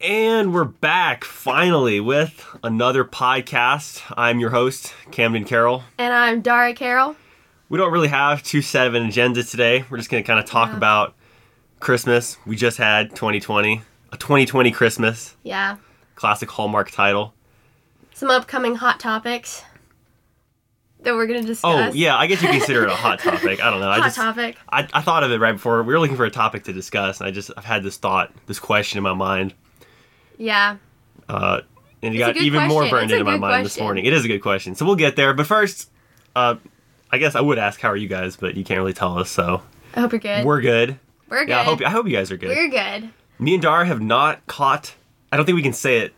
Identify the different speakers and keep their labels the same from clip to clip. Speaker 1: we're back finally with another podcast. I'm your host, Camden Carroll.
Speaker 2: And I'm Dara Carroll.
Speaker 1: We don't really have too set of an agenda today. We're just going to kind of talk
Speaker 2: Yeah.
Speaker 1: about Christmas. We just had 2020, a 2020 Christmas,
Speaker 2: Yeah.
Speaker 1: classic Hallmark title.
Speaker 2: Some upcoming hot topics that we're going to
Speaker 1: Oh,
Speaker 2: discuss.
Speaker 1: yeah, I guess you consider it a hot topic. I don't know. I
Speaker 2: Hot
Speaker 1: just
Speaker 2: topic.
Speaker 1: I, I thought of it right before. We were looking for a topic to discuss, and I just I've had this thought, this question in my mind.
Speaker 2: Yeah.
Speaker 1: Uh, and it
Speaker 2: It's a
Speaker 1: got
Speaker 2: good
Speaker 1: even more
Speaker 2: question.
Speaker 1: burned
Speaker 2: It's a
Speaker 1: into my
Speaker 2: good
Speaker 1: mind this
Speaker 2: question.
Speaker 1: morning. It is a good question. So we'll get there. But first, uh, I guess I would ask, how are you guys? But you can't really tell us, so
Speaker 2: I hope you're good.
Speaker 1: we're good.
Speaker 2: We're good.
Speaker 1: Yeah, I hope I hope you guys are good.
Speaker 2: We're good.
Speaker 1: Me and Dar have not caught. I don't think we can say it.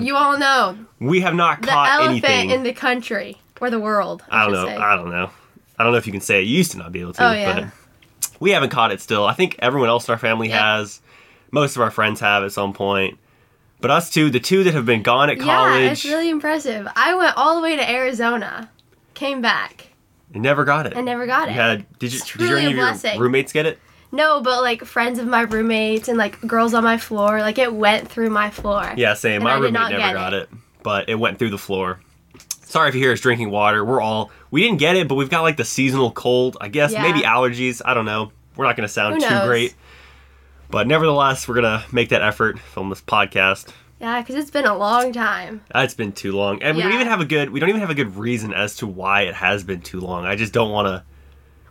Speaker 2: You all know
Speaker 1: We have not
Speaker 2: the
Speaker 1: caught
Speaker 2: elephant
Speaker 1: anything.
Speaker 2: in the country or the world. I,
Speaker 1: I don't
Speaker 2: should
Speaker 1: know.
Speaker 2: say.
Speaker 1: I don't know. I don't know if you can say it. You used to not be able to.
Speaker 2: Oh, yeah.
Speaker 1: But we haven't caught it still. I think everyone else in our family
Speaker 2: Yeah.
Speaker 1: has. Most of our friends have at some point. But us two, the two that have been gone at college,
Speaker 2: Yeah, it's really impressive. I went all the way to Arizona, came back,
Speaker 1: never got it.
Speaker 2: and never got
Speaker 1: You
Speaker 2: it.
Speaker 1: had did you
Speaker 2: It's
Speaker 1: did your,
Speaker 2: truly
Speaker 1: any
Speaker 2: a
Speaker 1: of your
Speaker 2: blessing.
Speaker 1: roommates get it?
Speaker 2: No, but like friends of my roommates and like girls on my floor, like it went through my floor.
Speaker 1: Yeah, same.
Speaker 2: And
Speaker 1: My
Speaker 2: I did
Speaker 1: roommate
Speaker 2: not
Speaker 1: never
Speaker 2: get
Speaker 1: got it.
Speaker 2: it.
Speaker 1: but it went through the floor. Sorry if you hear us drinking water. We're all we didn't get it, but we've got like the seasonal cold. I guess
Speaker 2: Yeah.
Speaker 1: maybe allergies. I don't know. We're not going to sound
Speaker 2: Who
Speaker 1: too
Speaker 2: knows?
Speaker 1: great, but nevertheless, we're gonna make that effort. Film this podcast.
Speaker 2: Yeah, because it's been a long time.
Speaker 1: It's been too long, and we don't
Speaker 2: Yeah.
Speaker 1: even have a good. We don't even have a good reason as to why it has been too long. I just don't want to.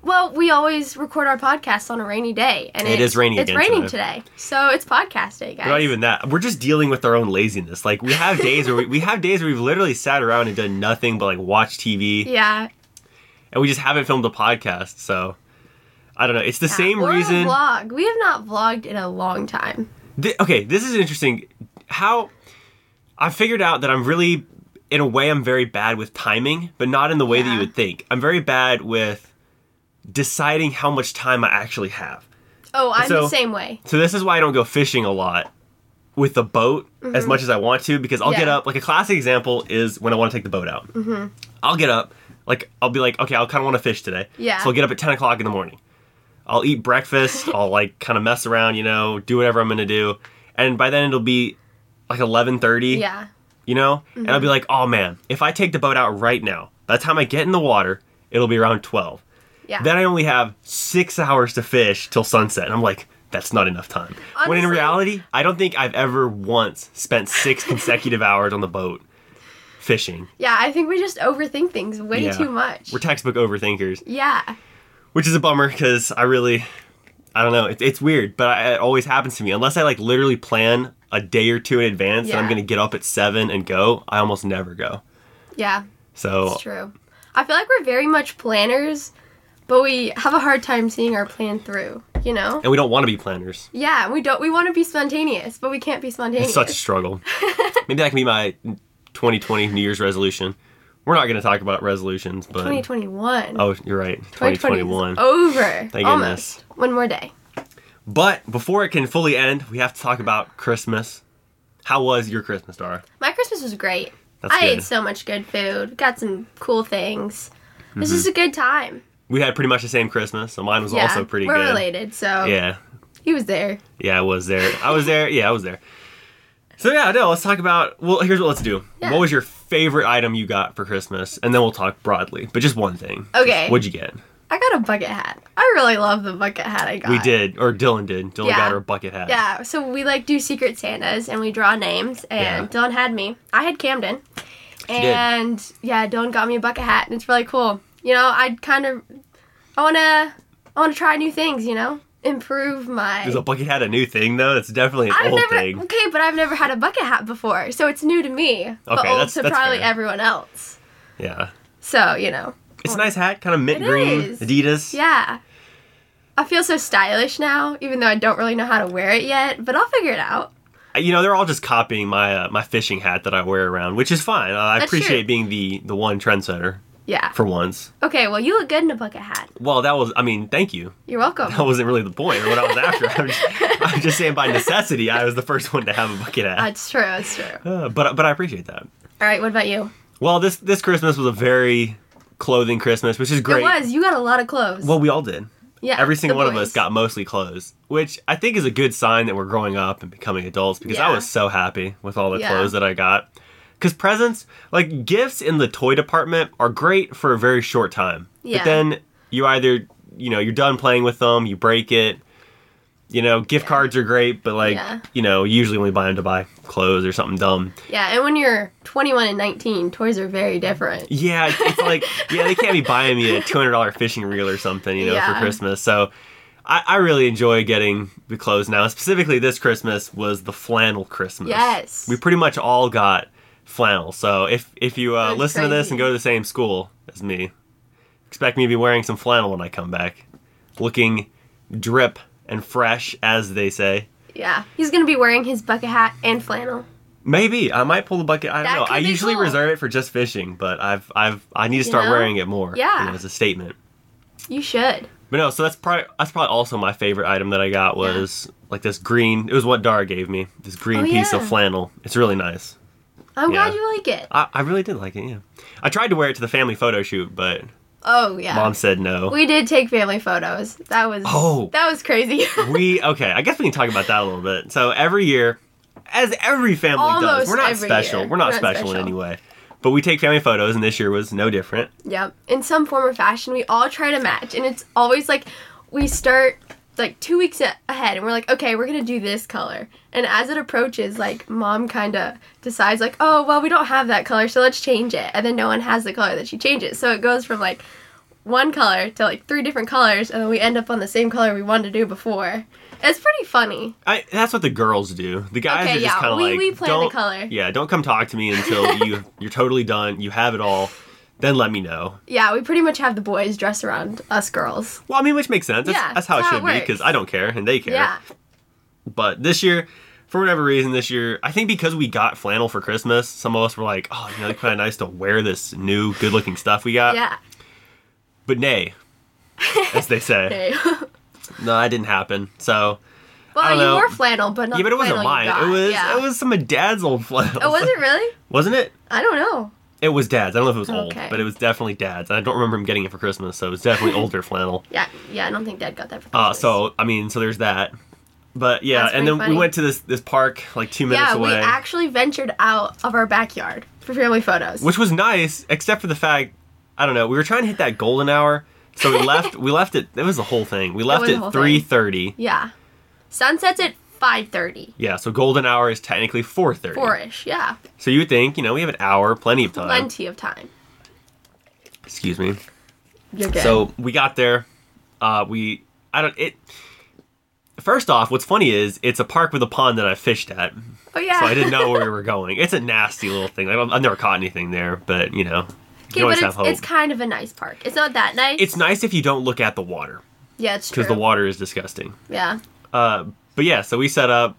Speaker 2: Well, we always record our podcast on a rainy day, and
Speaker 1: It
Speaker 2: it
Speaker 1: is raining
Speaker 2: It's
Speaker 1: again
Speaker 2: raining
Speaker 1: today.
Speaker 2: today. so it's podcast day, guys.
Speaker 1: Not even that. We're just dealing with our own laziness. Like we have days where we, we have days where we've literally sat around and done nothing but like watch TV.
Speaker 2: Yeah,
Speaker 1: and we just haven't filmed a podcast. So I don't know. It's the
Speaker 2: yeah.
Speaker 1: same
Speaker 2: Or a
Speaker 1: reason.
Speaker 2: vlog. We have not vlogged in a long time.
Speaker 1: Th- okay, this is interesting. How I figured out that I'm really, in a way, I'm very bad with timing, but not in the way that you
Speaker 2: Yeah.
Speaker 1: would think. I'm very bad with deciding how much time I actually have.
Speaker 2: Oh, I'm
Speaker 1: So-
Speaker 2: the same way.
Speaker 1: So this is why I don't go fishing a lot with the boat as much as I want to because I'll get
Speaker 2: Mm-hmm. Yeah. Mm-hmm.
Speaker 1: up. Like a classic example is when I want to take the boat out. I'll get up. Like I'll be like, okay, I kind of want to fish today.
Speaker 2: Yeah.
Speaker 1: So I'll get up at ten o'clock in the morning. I'll eat breakfast. I'll like kind of mess around, you know, do whatever I'm gonna do, and by then it'll be like eleven thirty.
Speaker 2: Yeah, Mm-hmm.
Speaker 1: You know, and I'll be like, oh man, if I take the boat out right now, by the time I get in the water, it'll be around twelve.
Speaker 2: yeah.
Speaker 1: Then I only have six hours to fish till sunset. And I'm like, that's not enough time. when in
Speaker 2: Honestly-
Speaker 1: reality, I don't think I've ever once spent six consecutive hours on the boat fishing.
Speaker 2: yeah, I think we just overthink things way
Speaker 1: Yeah.
Speaker 2: too much.
Speaker 1: We're textbook overthinkers,
Speaker 2: yeah,
Speaker 1: which is a bummer because I really, I don't know, it, it's weird, but I, it always happens to me. Unless I like literally plan a day or two in advance that I'm
Speaker 2: Yeah.
Speaker 1: going to get up at seven and go, I almost never go.
Speaker 2: yeah.
Speaker 1: So
Speaker 2: It's true. I feel like we're very much planners, but we have a hard time seeing our plan through. You know?
Speaker 1: and we don't want to be planners.
Speaker 2: Yeah, we don't. We want to be spontaneous, but we can't be spontaneous.
Speaker 1: It's such a struggle. Maybe that can be my 2020 New Year's resolution. We're not going to talk about resolutions, but
Speaker 2: 2021.
Speaker 1: oh, you're right,
Speaker 2: 2020 is
Speaker 1: 2021.
Speaker 2: Over.
Speaker 1: Thank
Speaker 2: Almost. One more day.
Speaker 1: But before it can fully end, we have to talk about Christmas. How was your Christmas, Dara?
Speaker 2: My Christmas was great.
Speaker 1: That's
Speaker 2: I
Speaker 1: good.
Speaker 2: ate so much good food. Got some cool things. It was just a good time.
Speaker 1: We had pretty much the same Christmas, so mine Mm-hmm. was
Speaker 2: yeah,
Speaker 1: also pretty
Speaker 2: we're
Speaker 1: good.
Speaker 2: related, so
Speaker 1: Yeah,
Speaker 2: he was there.
Speaker 1: yeah, I was there. I was there. Yeah, I was there. So yeah, no, let's talk about. Well, here's what let's do.
Speaker 2: Yeah.
Speaker 1: What was your favorite item you got for Christmas, and then we'll talk broadly, but just one thing. Just
Speaker 2: Okay.
Speaker 1: what'd you get?
Speaker 2: I got a bucket hat. I really love the bucket hat I got.
Speaker 1: We did, or Dylan did. Dylan
Speaker 2: Yeah.
Speaker 1: got her bucket hat.
Speaker 2: Yeah, so we like do secret Santas and we draw names. And Dylan had me. I had Camden.
Speaker 1: did.
Speaker 2: And yeah, Dylan got me a bucket hat, and it's really cool. You know, I kind of, I wanna, I wanna try new things. You know, improve my.
Speaker 1: Is a bucket hat a new thing though? It's definitely an
Speaker 2: I've
Speaker 1: old
Speaker 2: never
Speaker 1: thing.
Speaker 2: okay, but I've never had a bucket hat before, so it's new to me. but
Speaker 1: Okay,
Speaker 2: old
Speaker 1: that's-
Speaker 2: to
Speaker 1: that's
Speaker 2: probably
Speaker 1: fair.
Speaker 2: everyone else.
Speaker 1: Yeah.
Speaker 2: So you know,
Speaker 1: It's a nice hat, kind of mint
Speaker 2: It
Speaker 1: green,
Speaker 2: is.
Speaker 1: Adidas.
Speaker 2: yeah. I feel so stylish now, even though I don't really know how to wear it yet. But I'll figure it out.
Speaker 1: You know, they're all just copying my uh, my fishing hat that I wear around, which is fine. Uh, I
Speaker 2: That's
Speaker 1: appreciate
Speaker 2: true.
Speaker 1: being the the one trendsetter
Speaker 2: Yeah.
Speaker 1: for once.
Speaker 2: Okay. Well, you look good in a bucket hat.
Speaker 1: Well, that was I mean, thank you.
Speaker 2: You're welcome.
Speaker 1: That wasn't really the point or what I was after. I'm just, I'm just saying by necessity, I was the first one to have a bucket hat.
Speaker 2: That's true. That's true. All
Speaker 1: Uh, but but I appreciate that.
Speaker 2: right. What about you?
Speaker 1: Well, this this Christmas was a very clothing Christmas, which is great.
Speaker 2: It was. You got a lot of clothes.
Speaker 1: Well, we all did.
Speaker 2: Yeah,
Speaker 1: Every single
Speaker 2: the
Speaker 1: one of
Speaker 2: boys.
Speaker 1: us got mostly clothes, which I think is a good sign that we're growing up and becoming adults because I
Speaker 2: Yeah.
Speaker 1: was so happy with all the
Speaker 2: Yeah.
Speaker 1: clothes that I got. Because presents, like gifts in the toy department, are great for a very short time.
Speaker 2: Yeah.
Speaker 1: But then you either, you know, you're done playing with them, you break it. You know, gift cards are great, but like,
Speaker 2: Yeah.
Speaker 1: you know, usually only buy them to buy clothes or something dumb.
Speaker 2: Yeah, and when you're 21 and 19, toys are very different.
Speaker 1: Yeah, it's, it's like yeah, they can't be buying me a two hundred dollar fishing reel or something, you know,
Speaker 2: Yeah.
Speaker 1: for Christmas. So I, I really enjoy getting the clothes now. Specifically, this Christmas was the flannel Christmas.
Speaker 2: Yes.
Speaker 1: we pretty much all got flannel. So if if you uh,
Speaker 2: That's
Speaker 1: listen to this
Speaker 2: crazy.
Speaker 1: and go to the same school as me, expect me to be wearing some flannel when I come back, looking drip and fresh, as they say.
Speaker 2: Yeah, he's gonna be wearing his bucket hat and flannel.
Speaker 1: Maybe I might pull the bucket. I don't
Speaker 2: That
Speaker 1: know.
Speaker 2: could
Speaker 1: I
Speaker 2: be
Speaker 1: usually
Speaker 2: cool.
Speaker 1: reserve it for just fishing, but I've I've I need to
Speaker 2: You
Speaker 1: start
Speaker 2: know?
Speaker 1: wearing it more. you
Speaker 2: Yeah.
Speaker 1: know, as a statement.
Speaker 2: You should.
Speaker 1: But no, so that's probably that's probably also my favorite item that I got was like this green. It was what Dara gave me. This green
Speaker 2: Oh,
Speaker 1: piece
Speaker 2: yeah.
Speaker 1: of flannel. It's really nice.
Speaker 2: I'm
Speaker 1: Yeah.
Speaker 2: glad you like it.
Speaker 1: I, I really did like it. Yeah, I tried to wear it to the family photo shoot, but
Speaker 2: Oh yeah.
Speaker 1: mom said no.
Speaker 2: We did take family photos. That was
Speaker 1: Oh.
Speaker 2: that was crazy.
Speaker 1: we okay. I guess we can talk about that a little bit. So every year, as every family does,
Speaker 2: Almost
Speaker 1: we're not
Speaker 2: every
Speaker 1: special.
Speaker 2: year.
Speaker 1: We're not
Speaker 2: We're not
Speaker 1: special, in
Speaker 2: special.
Speaker 1: any way. But we take family photos, and this year was no different.
Speaker 2: yep. In some form or fashion, we all try to match, and it's always like we start like two weeks a- ahead, and we're like, okay, we're gonna do this color. And as it approaches, like mom kind of decides like, oh well, we don't have that color, so let's change it. And then no one has the color that she changes, so it goes from like one color to like three different colors, and then we end up on the same color we wanted to do before. It's pretty funny.
Speaker 1: I, that's what the girls do. The guys
Speaker 2: Okay,
Speaker 1: are just
Speaker 2: yeah,
Speaker 1: kind of
Speaker 2: we-
Speaker 1: like,
Speaker 2: we plan the
Speaker 1: don't,
Speaker 2: color."
Speaker 1: Yeah, don't come talk to me until you you're totally done. You have it all. Then let me know.
Speaker 2: Yeah, we pretty much have the boys dress around us girls.
Speaker 1: Well, I mean, which makes sense. That's,
Speaker 2: Yeah,
Speaker 1: that's how it
Speaker 2: that's how
Speaker 1: should
Speaker 2: it
Speaker 1: be because
Speaker 2: works.
Speaker 1: I don't care and they care.
Speaker 2: Yeah.
Speaker 1: But this year, for whatever reason, this year I think because we got flannel for Christmas, some of us were like, oh, you know, it's kind of nice to wear this new good looking stuff we got.
Speaker 2: Yeah.
Speaker 1: But nay, as they say,
Speaker 2: Okay.
Speaker 1: no, that didn't happen. So I
Speaker 2: well,
Speaker 1: don't
Speaker 2: you
Speaker 1: know.
Speaker 2: wore flannel, but not
Speaker 1: yeah, but
Speaker 2: the
Speaker 1: it wasn't
Speaker 2: flannel
Speaker 1: mine.
Speaker 2: you
Speaker 1: It
Speaker 2: got.
Speaker 1: was
Speaker 2: Yeah.
Speaker 1: it was some of Dad's old flannel.
Speaker 2: Oh, was it really?
Speaker 1: Wasn't it?
Speaker 2: I don't know.
Speaker 1: It was dad's. I don't know if it was old,
Speaker 2: Okay.
Speaker 1: but it was definitely dad's. And I don't remember him getting it for Christmas, so it was definitely older flannel.
Speaker 2: Yeah, yeah. I don't think Dad got that for Christmas.
Speaker 1: Uh, so I mean, so there's that. But yeah,
Speaker 2: That's
Speaker 1: and
Speaker 2: pretty
Speaker 1: then
Speaker 2: funny.
Speaker 1: we went to this this park like two minutes
Speaker 2: yeah,
Speaker 1: away,
Speaker 2: we actually ventured out of our backyard for family photos.
Speaker 1: which was nice, except for the fact I don't know. We were trying to hit that golden hour, so we left. we left it. It was the whole thing. We left
Speaker 2: was the
Speaker 1: at
Speaker 2: whole thing.
Speaker 1: three thirty.
Speaker 2: yeah, sunsets at five thirty,
Speaker 1: Yeah, so golden hour is technically four thirty.
Speaker 2: four-ish. Yeah,
Speaker 1: So you would think, you know, we have an hour, plenty of time.
Speaker 2: plenty of time.
Speaker 1: Excuse me.
Speaker 2: You're good.
Speaker 1: So we got there. Uh, we I don't it. First off, what's funny is it's a park with a pond that I fished at,
Speaker 2: oh yeah.
Speaker 1: so I didn't know where we were going. It's a nasty little thing. I don't, I've never caught anything there, but you know,
Speaker 2: okay,
Speaker 1: you always
Speaker 2: but
Speaker 1: have
Speaker 2: it's,
Speaker 1: hope.
Speaker 2: it's kind of a nice park. It's not that nice.
Speaker 1: It's nice if you don't look at the water
Speaker 2: yeah, it's true.
Speaker 1: because the water is disgusting.
Speaker 2: yeah,
Speaker 1: Uh, but yeah, so we set up.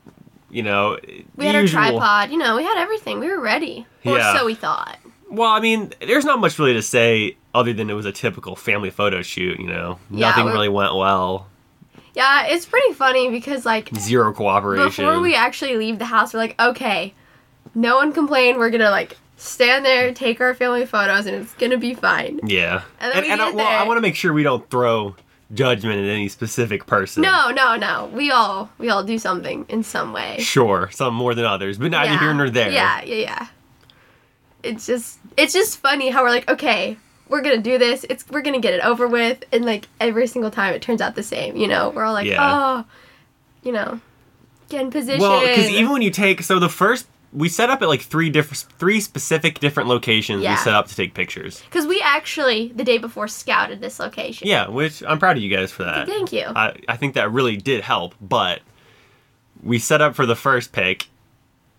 Speaker 1: You know,
Speaker 2: we had
Speaker 1: usual-
Speaker 2: our tripod. You know, we had everything. We were ready, or
Speaker 1: Yeah.
Speaker 2: so we thought.
Speaker 1: Well, I mean, there's not much really to say other than it was a typical family photo shoot. You know,
Speaker 2: Yeah,
Speaker 1: nothing
Speaker 2: we're-
Speaker 1: really went well.
Speaker 2: Yeah, it's pretty funny because like
Speaker 1: Zero cooperation.
Speaker 2: before we actually leave the house, we're like, okay, no one complain. We're gonna like stand there, take our family photos, and it's gonna be fine.
Speaker 1: Yeah.
Speaker 2: And then we
Speaker 1: I,
Speaker 2: get
Speaker 1: well, I
Speaker 2: there.
Speaker 1: want to make sure we don't throw judgment at any specific person.
Speaker 2: No, no, no. We all we all do something in some way.
Speaker 1: Sure, some more than others, but neither
Speaker 2: Yeah.
Speaker 1: here nor there.
Speaker 2: Yeah, yeah, yeah. It's just it's just funny how we're like, okay, we're gonna do this. It's we're gonna get it over with, and like every single time it turns out the same. You know, we're all like,
Speaker 1: Yeah.
Speaker 2: oh, you know, get in position.
Speaker 1: Well, because even when you take so the first we set up at like three different three specific different locations
Speaker 2: Yeah.
Speaker 1: we set up to take pictures.
Speaker 2: because we actually the day before scouted this location.
Speaker 1: Yeah, which I'm proud of you guys for that.
Speaker 2: Thank you.
Speaker 1: I, I think that really did help, but we set up for the first pick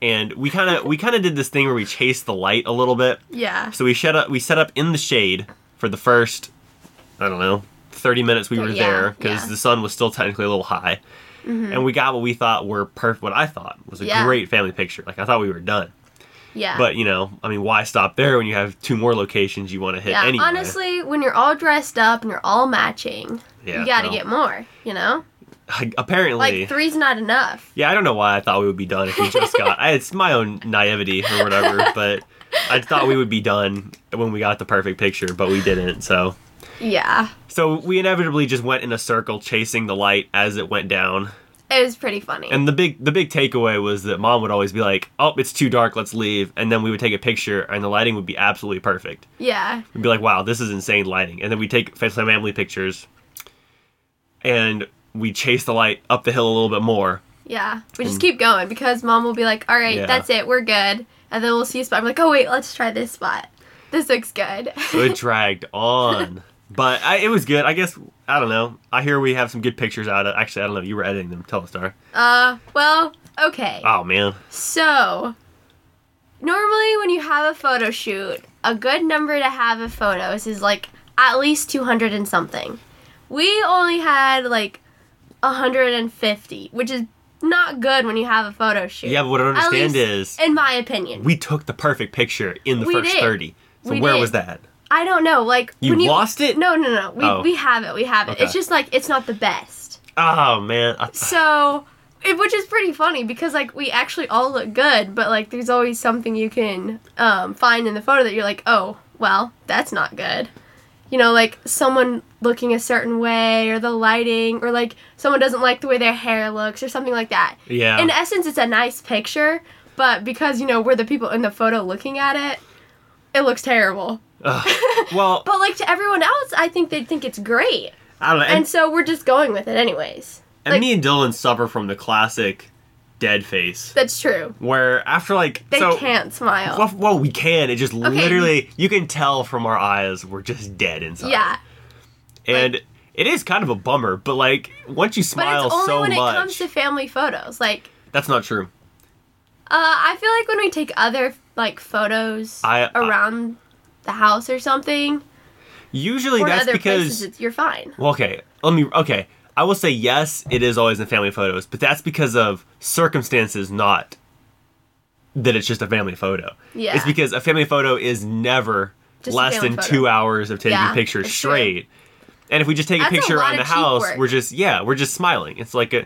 Speaker 1: and we kind of we kind of did this thing where we chased the light a little bit.
Speaker 2: Yeah.
Speaker 1: So we set up we set up in the shade for the first I don't know 30 minutes we were
Speaker 2: Yeah,
Speaker 1: there because
Speaker 2: yeah. Mm-hmm.
Speaker 1: the sun was still technically a little high, and we got what we thought were perfect. What I thought was a
Speaker 2: Yeah.
Speaker 1: great family picture. Like I thought we were done,
Speaker 2: Yeah.
Speaker 1: but you know, I mean, why stop there when you have two more locations you want to hit
Speaker 2: yeah,
Speaker 1: anyway?
Speaker 2: honestly, when you're all dressed up and you're all matching,
Speaker 1: Yeah,
Speaker 2: you got to
Speaker 1: no.
Speaker 2: get more, you know?
Speaker 1: apparently.
Speaker 2: Like three's not enough.
Speaker 1: yeah, I don't know why I thought we would be done if we just got. I, it's my own naivety or whatever, but I thought we would be done when we got the perfect picture, but we didn't. So
Speaker 2: Yeah.
Speaker 1: So we inevitably just went in a circle chasing the light as it went down.
Speaker 2: It was pretty funny.
Speaker 1: And the big the big takeaway was that mom would always be like, "Oh, it's too dark, let's leave." And then we would take a picture and the lighting would be absolutely perfect.
Speaker 2: yeah.
Speaker 1: We'd be like, "Wow, this is insane lighting." And then we take fa- some family pictures. And we chase the light up the hill a little bit more.
Speaker 2: Yeah. We just keep going because mom will be like, all right,
Speaker 1: Mm. Yeah.
Speaker 2: that's it. We're good. And then we'll see a spot. I'm like, oh, wait, let's try this spot. This looks good.
Speaker 1: So it dragged on. But I, it was good. I guess I don't know. I hear we have some good pictures out of. Actually, I don't know. You were editing them. Tell us, Star.
Speaker 2: uh, well, okay.
Speaker 1: Oh man.
Speaker 2: So, normally when you have a photo shoot, a good number to have of photos is like at least 200 and something. We only had like 150, which is not good when you have a photo shoot.
Speaker 1: Yeah, but what I don't
Speaker 2: At
Speaker 1: understand is
Speaker 2: least in my opinion,
Speaker 1: we took the perfect picture in the
Speaker 2: We
Speaker 1: first
Speaker 2: did.
Speaker 1: thirty. So
Speaker 2: We
Speaker 1: where
Speaker 2: did.
Speaker 1: was that?
Speaker 2: I don't know, like
Speaker 1: You lost it?
Speaker 2: No, no, no. We
Speaker 1: Oh.
Speaker 2: we have it. We have it.
Speaker 1: Okay.
Speaker 2: It's just like it's not the best.
Speaker 1: Oh man. I-
Speaker 2: So, it, which is pretty funny because like we actually all look good, but like there's always something you can um, find in the photo that you're like, oh, well, that's not good. You know, like someone looking a certain way, or the lighting, or like someone doesn't like the way their hair looks, or something like that.
Speaker 1: Yeah.
Speaker 2: In essence, it's a nice picture, but because you know we're the people in the photo looking at it, it looks terrible.
Speaker 1: Ugh. well,
Speaker 2: But like to everyone else, I think they think it's great,
Speaker 1: I don't know. And,
Speaker 2: and so we're just going with it anyways.
Speaker 1: and
Speaker 2: like-
Speaker 1: me and Dylan suffer from the classic dead face,
Speaker 2: That's true.
Speaker 1: where after like
Speaker 2: They
Speaker 1: so.
Speaker 2: can't smile.
Speaker 1: Well, well, we can. It just
Speaker 2: Okay.
Speaker 1: literally, you can tell from our eyes, we're just dead inside.
Speaker 2: yeah,
Speaker 1: And it is kind of a bummer, but like, once you
Speaker 2: but
Speaker 1: smile
Speaker 2: it's only
Speaker 1: so
Speaker 2: when
Speaker 1: much.
Speaker 2: it comes to family photos. Like,
Speaker 1: That's not true.
Speaker 2: uh, I feel like when we take other like photos
Speaker 1: I- I-
Speaker 2: around the house or something,
Speaker 1: Usually
Speaker 2: or
Speaker 1: that's
Speaker 2: other
Speaker 1: because
Speaker 2: places, it's, you're fine.
Speaker 1: well, okay, let me okay. I will say yes, it is always in family photos, but that's because of circumstances, not that it's just a family photo.
Speaker 2: Yeah.
Speaker 1: It's because a family photo is never
Speaker 2: Just a
Speaker 1: less
Speaker 2: family
Speaker 1: than
Speaker 2: photo.
Speaker 1: 2 hours of taking
Speaker 2: Yeah,
Speaker 1: pictures
Speaker 2: that's true.
Speaker 1: straight. And if we just take
Speaker 2: That's a
Speaker 1: a picture
Speaker 2: lot
Speaker 1: around the
Speaker 2: of cheek
Speaker 1: house,
Speaker 2: work.
Speaker 1: we're just yeah, we're just smiling. It's like a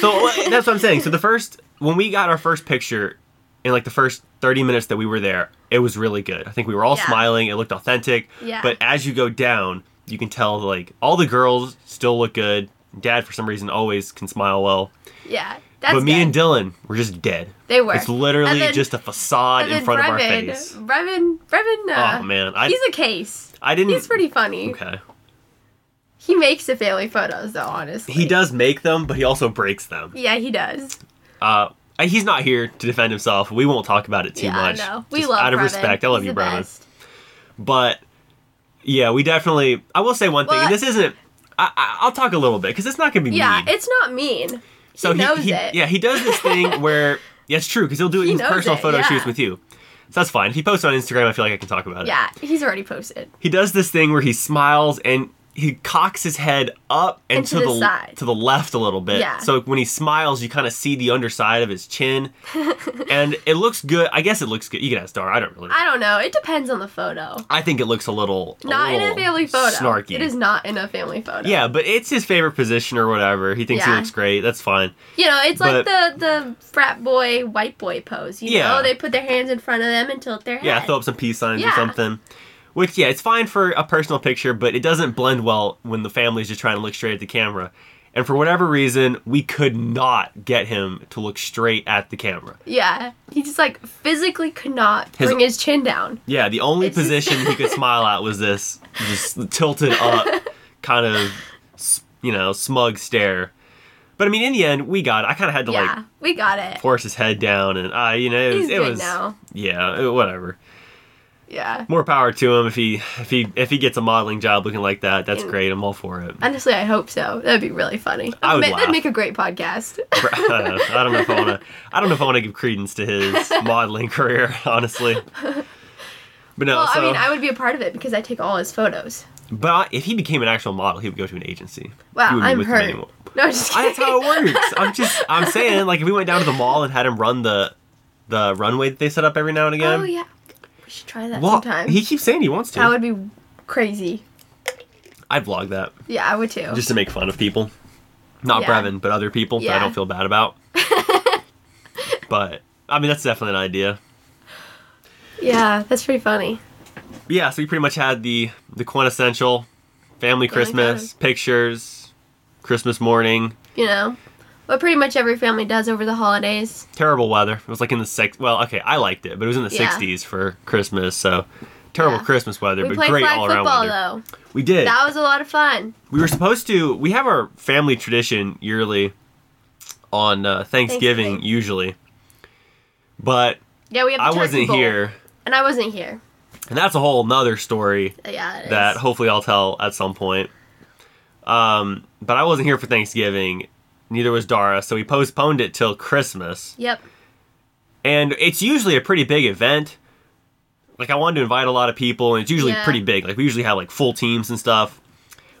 Speaker 1: So that's what I'm saying. So the first when we got our first picture in like the first 30 minutes that we were there, it was really good. I think we were all
Speaker 2: Yeah.
Speaker 1: smiling. It looked authentic.
Speaker 2: Yeah.
Speaker 1: But as you go down, you can tell like all the girls still look good. Dad for some reason always can smile well.
Speaker 2: Yeah, that's.
Speaker 1: but me
Speaker 2: good.
Speaker 1: and Dylan were just dead.
Speaker 2: They were.
Speaker 1: It's literally
Speaker 2: And then-
Speaker 1: just a facade
Speaker 2: And
Speaker 1: in
Speaker 2: then
Speaker 1: front of our
Speaker 2: Brevin,
Speaker 1: face.
Speaker 2: Brevin, Brevin. Uh,
Speaker 1: Oh man, I
Speaker 2: he's a case.
Speaker 1: I didn't.
Speaker 2: He's pretty funny.
Speaker 1: okay.
Speaker 2: He makes the family photos though, honestly.
Speaker 1: He does make them, but he also breaks them.
Speaker 2: Yeah, he does.
Speaker 1: Uh, and he's not here to defend himself. We won't talk about it too
Speaker 2: yeah,
Speaker 1: much.
Speaker 2: I know. We
Speaker 1: Just
Speaker 2: love
Speaker 1: out of
Speaker 2: Brevin.
Speaker 1: respect. I love
Speaker 2: He's
Speaker 1: you,
Speaker 2: the
Speaker 1: Brevin.
Speaker 2: best.
Speaker 1: But yeah, we definitely. I will say one thing,
Speaker 2: Well,
Speaker 1: and this isn't. I, I, I'll talk a little bit because it's not gonna be
Speaker 2: Yeah,
Speaker 1: mean.
Speaker 2: it's not mean.
Speaker 1: so
Speaker 2: he knows it.
Speaker 1: Yeah, he does this thing where yeah, it's true because he'll do it
Speaker 2: He
Speaker 1: in his
Speaker 2: knows
Speaker 1: personal
Speaker 2: it,
Speaker 1: photo
Speaker 2: yeah.
Speaker 1: shoots with you. So that's fine. If he posts it on Instagram, I feel like I can talk about it.
Speaker 2: Yeah, he's already posted.
Speaker 1: He does this thing where he smiles and he cocks his head up and,
Speaker 2: And
Speaker 1: to
Speaker 2: to
Speaker 1: the,
Speaker 2: the side.
Speaker 1: to the left a little bit.
Speaker 2: Yeah.
Speaker 1: So when he smiles, you kind of see the underside of his chin, and it looks good. I guess it looks good. You can ask Star. I don't really. I,
Speaker 2: I don't know. It depends on the photo.
Speaker 1: think it looks a little a
Speaker 2: Not in a
Speaker 1: little
Speaker 2: family photo.
Speaker 1: Oh, Snarky.
Speaker 2: It is not in a family photo.
Speaker 1: Yeah, but it's his favorite position or whatever. He thinks he
Speaker 2: Yeah.
Speaker 1: looks great. That's fine.
Speaker 2: You know, it's like
Speaker 1: But-
Speaker 2: the the frat boy, white boy pose. You
Speaker 1: Yeah.
Speaker 2: know, they put their hands in front of them and tilt their head.
Speaker 1: Yeah, throw up some peace signs or
Speaker 2: Yeah.
Speaker 1: something. Which yeah, it's fine for a personal picture, but it doesn't blend well when the family's just trying to look straight at the camera. And for whatever reason, we could not get him to look straight at the camera.
Speaker 2: Yeah. He just like physically could not
Speaker 1: His-
Speaker 2: bring his chin down.
Speaker 1: Yeah, the only
Speaker 2: It's just-
Speaker 1: position he could smile at was this just tilted up, kind of, s- you know, smug stare. But I mean, in the end, we got. It. I kind of had to
Speaker 2: yeah,
Speaker 1: like
Speaker 2: we got it.
Speaker 1: force his head down, and I, you know, it was,
Speaker 2: He's
Speaker 1: it
Speaker 2: good
Speaker 1: was
Speaker 2: now.
Speaker 1: yeah, it- whatever.
Speaker 2: Yeah.
Speaker 1: More power to him if he if he if he gets a modeling job looking like that. That's
Speaker 2: Mm.
Speaker 1: great. I'm all for it.
Speaker 2: Honestly, I hope so. That'd be really funny.
Speaker 1: I would
Speaker 2: Ma-
Speaker 1: laugh.
Speaker 2: That'd make a great podcast.
Speaker 1: I don't know if I want to. I don't know if I want to give credence to his modeling career, honestly. But no,
Speaker 2: well,
Speaker 1: so
Speaker 2: I mean, I would be a part of it because I take all his photos.
Speaker 1: but if he became an actual model, he would go to an agency. He
Speaker 2: Wow,
Speaker 1: wouldn't be
Speaker 2: I'm
Speaker 1: with them
Speaker 2: hurt.
Speaker 1: anymore.
Speaker 2: No, I'm just
Speaker 1: I-
Speaker 2: kidding.
Speaker 1: That's how it works. I'm just I'm saying like if we went down to the mall and had him run the the runway that they set up every now and again.
Speaker 2: Oh yeah, we should try that
Speaker 1: Well,
Speaker 2: sometime.
Speaker 1: he keeps saying he wants to.
Speaker 2: that would be crazy.
Speaker 1: I'd vlog that
Speaker 2: Yeah, I would too.
Speaker 1: just to make fun of people, not
Speaker 2: Yeah.
Speaker 1: Brevin, but other people that I
Speaker 2: Yeah.
Speaker 1: don't feel bad about. but I mean that's definitely an idea.
Speaker 2: yeah, that's pretty funny.
Speaker 1: Yeah, so we pretty much had the the quintessential family
Speaker 2: Family
Speaker 1: Christmas, pictures, Christmas morning.
Speaker 2: you know, what pretty much every family does over the holidays.
Speaker 1: Terrible weather. It was like in the six. Well, okay, I liked it, but it was in the
Speaker 2: Yeah.
Speaker 1: '60s for Christmas, so terrible
Speaker 2: Yeah.
Speaker 1: Christmas weather,
Speaker 2: we
Speaker 1: but
Speaker 2: played
Speaker 1: great
Speaker 2: flag
Speaker 1: all around
Speaker 2: football
Speaker 1: weather.
Speaker 2: though.
Speaker 1: We did.
Speaker 2: That was a lot of fun.
Speaker 1: we were supposed to. We have our family tradition yearly on uh, Thanksgiving,
Speaker 2: Thanksgiving.
Speaker 1: usually, but
Speaker 2: Yeah, we have. The
Speaker 1: I
Speaker 2: turkey
Speaker 1: wasn't
Speaker 2: bowl.
Speaker 1: here,
Speaker 2: and I wasn't here. Uh,
Speaker 1: and that's a whole nother story
Speaker 2: Yeah, it is.
Speaker 1: that hopefully I'll tell at some point. Um, but I wasn't here for Thanksgiving. Neither was Dara, so we postponed it till Christmas.
Speaker 2: Yep.
Speaker 1: And it's usually a pretty big event. Like I wanted to invite a lot of people, and it's usually
Speaker 2: Yeah.
Speaker 1: pretty big. Like we usually have like full teams and stuff.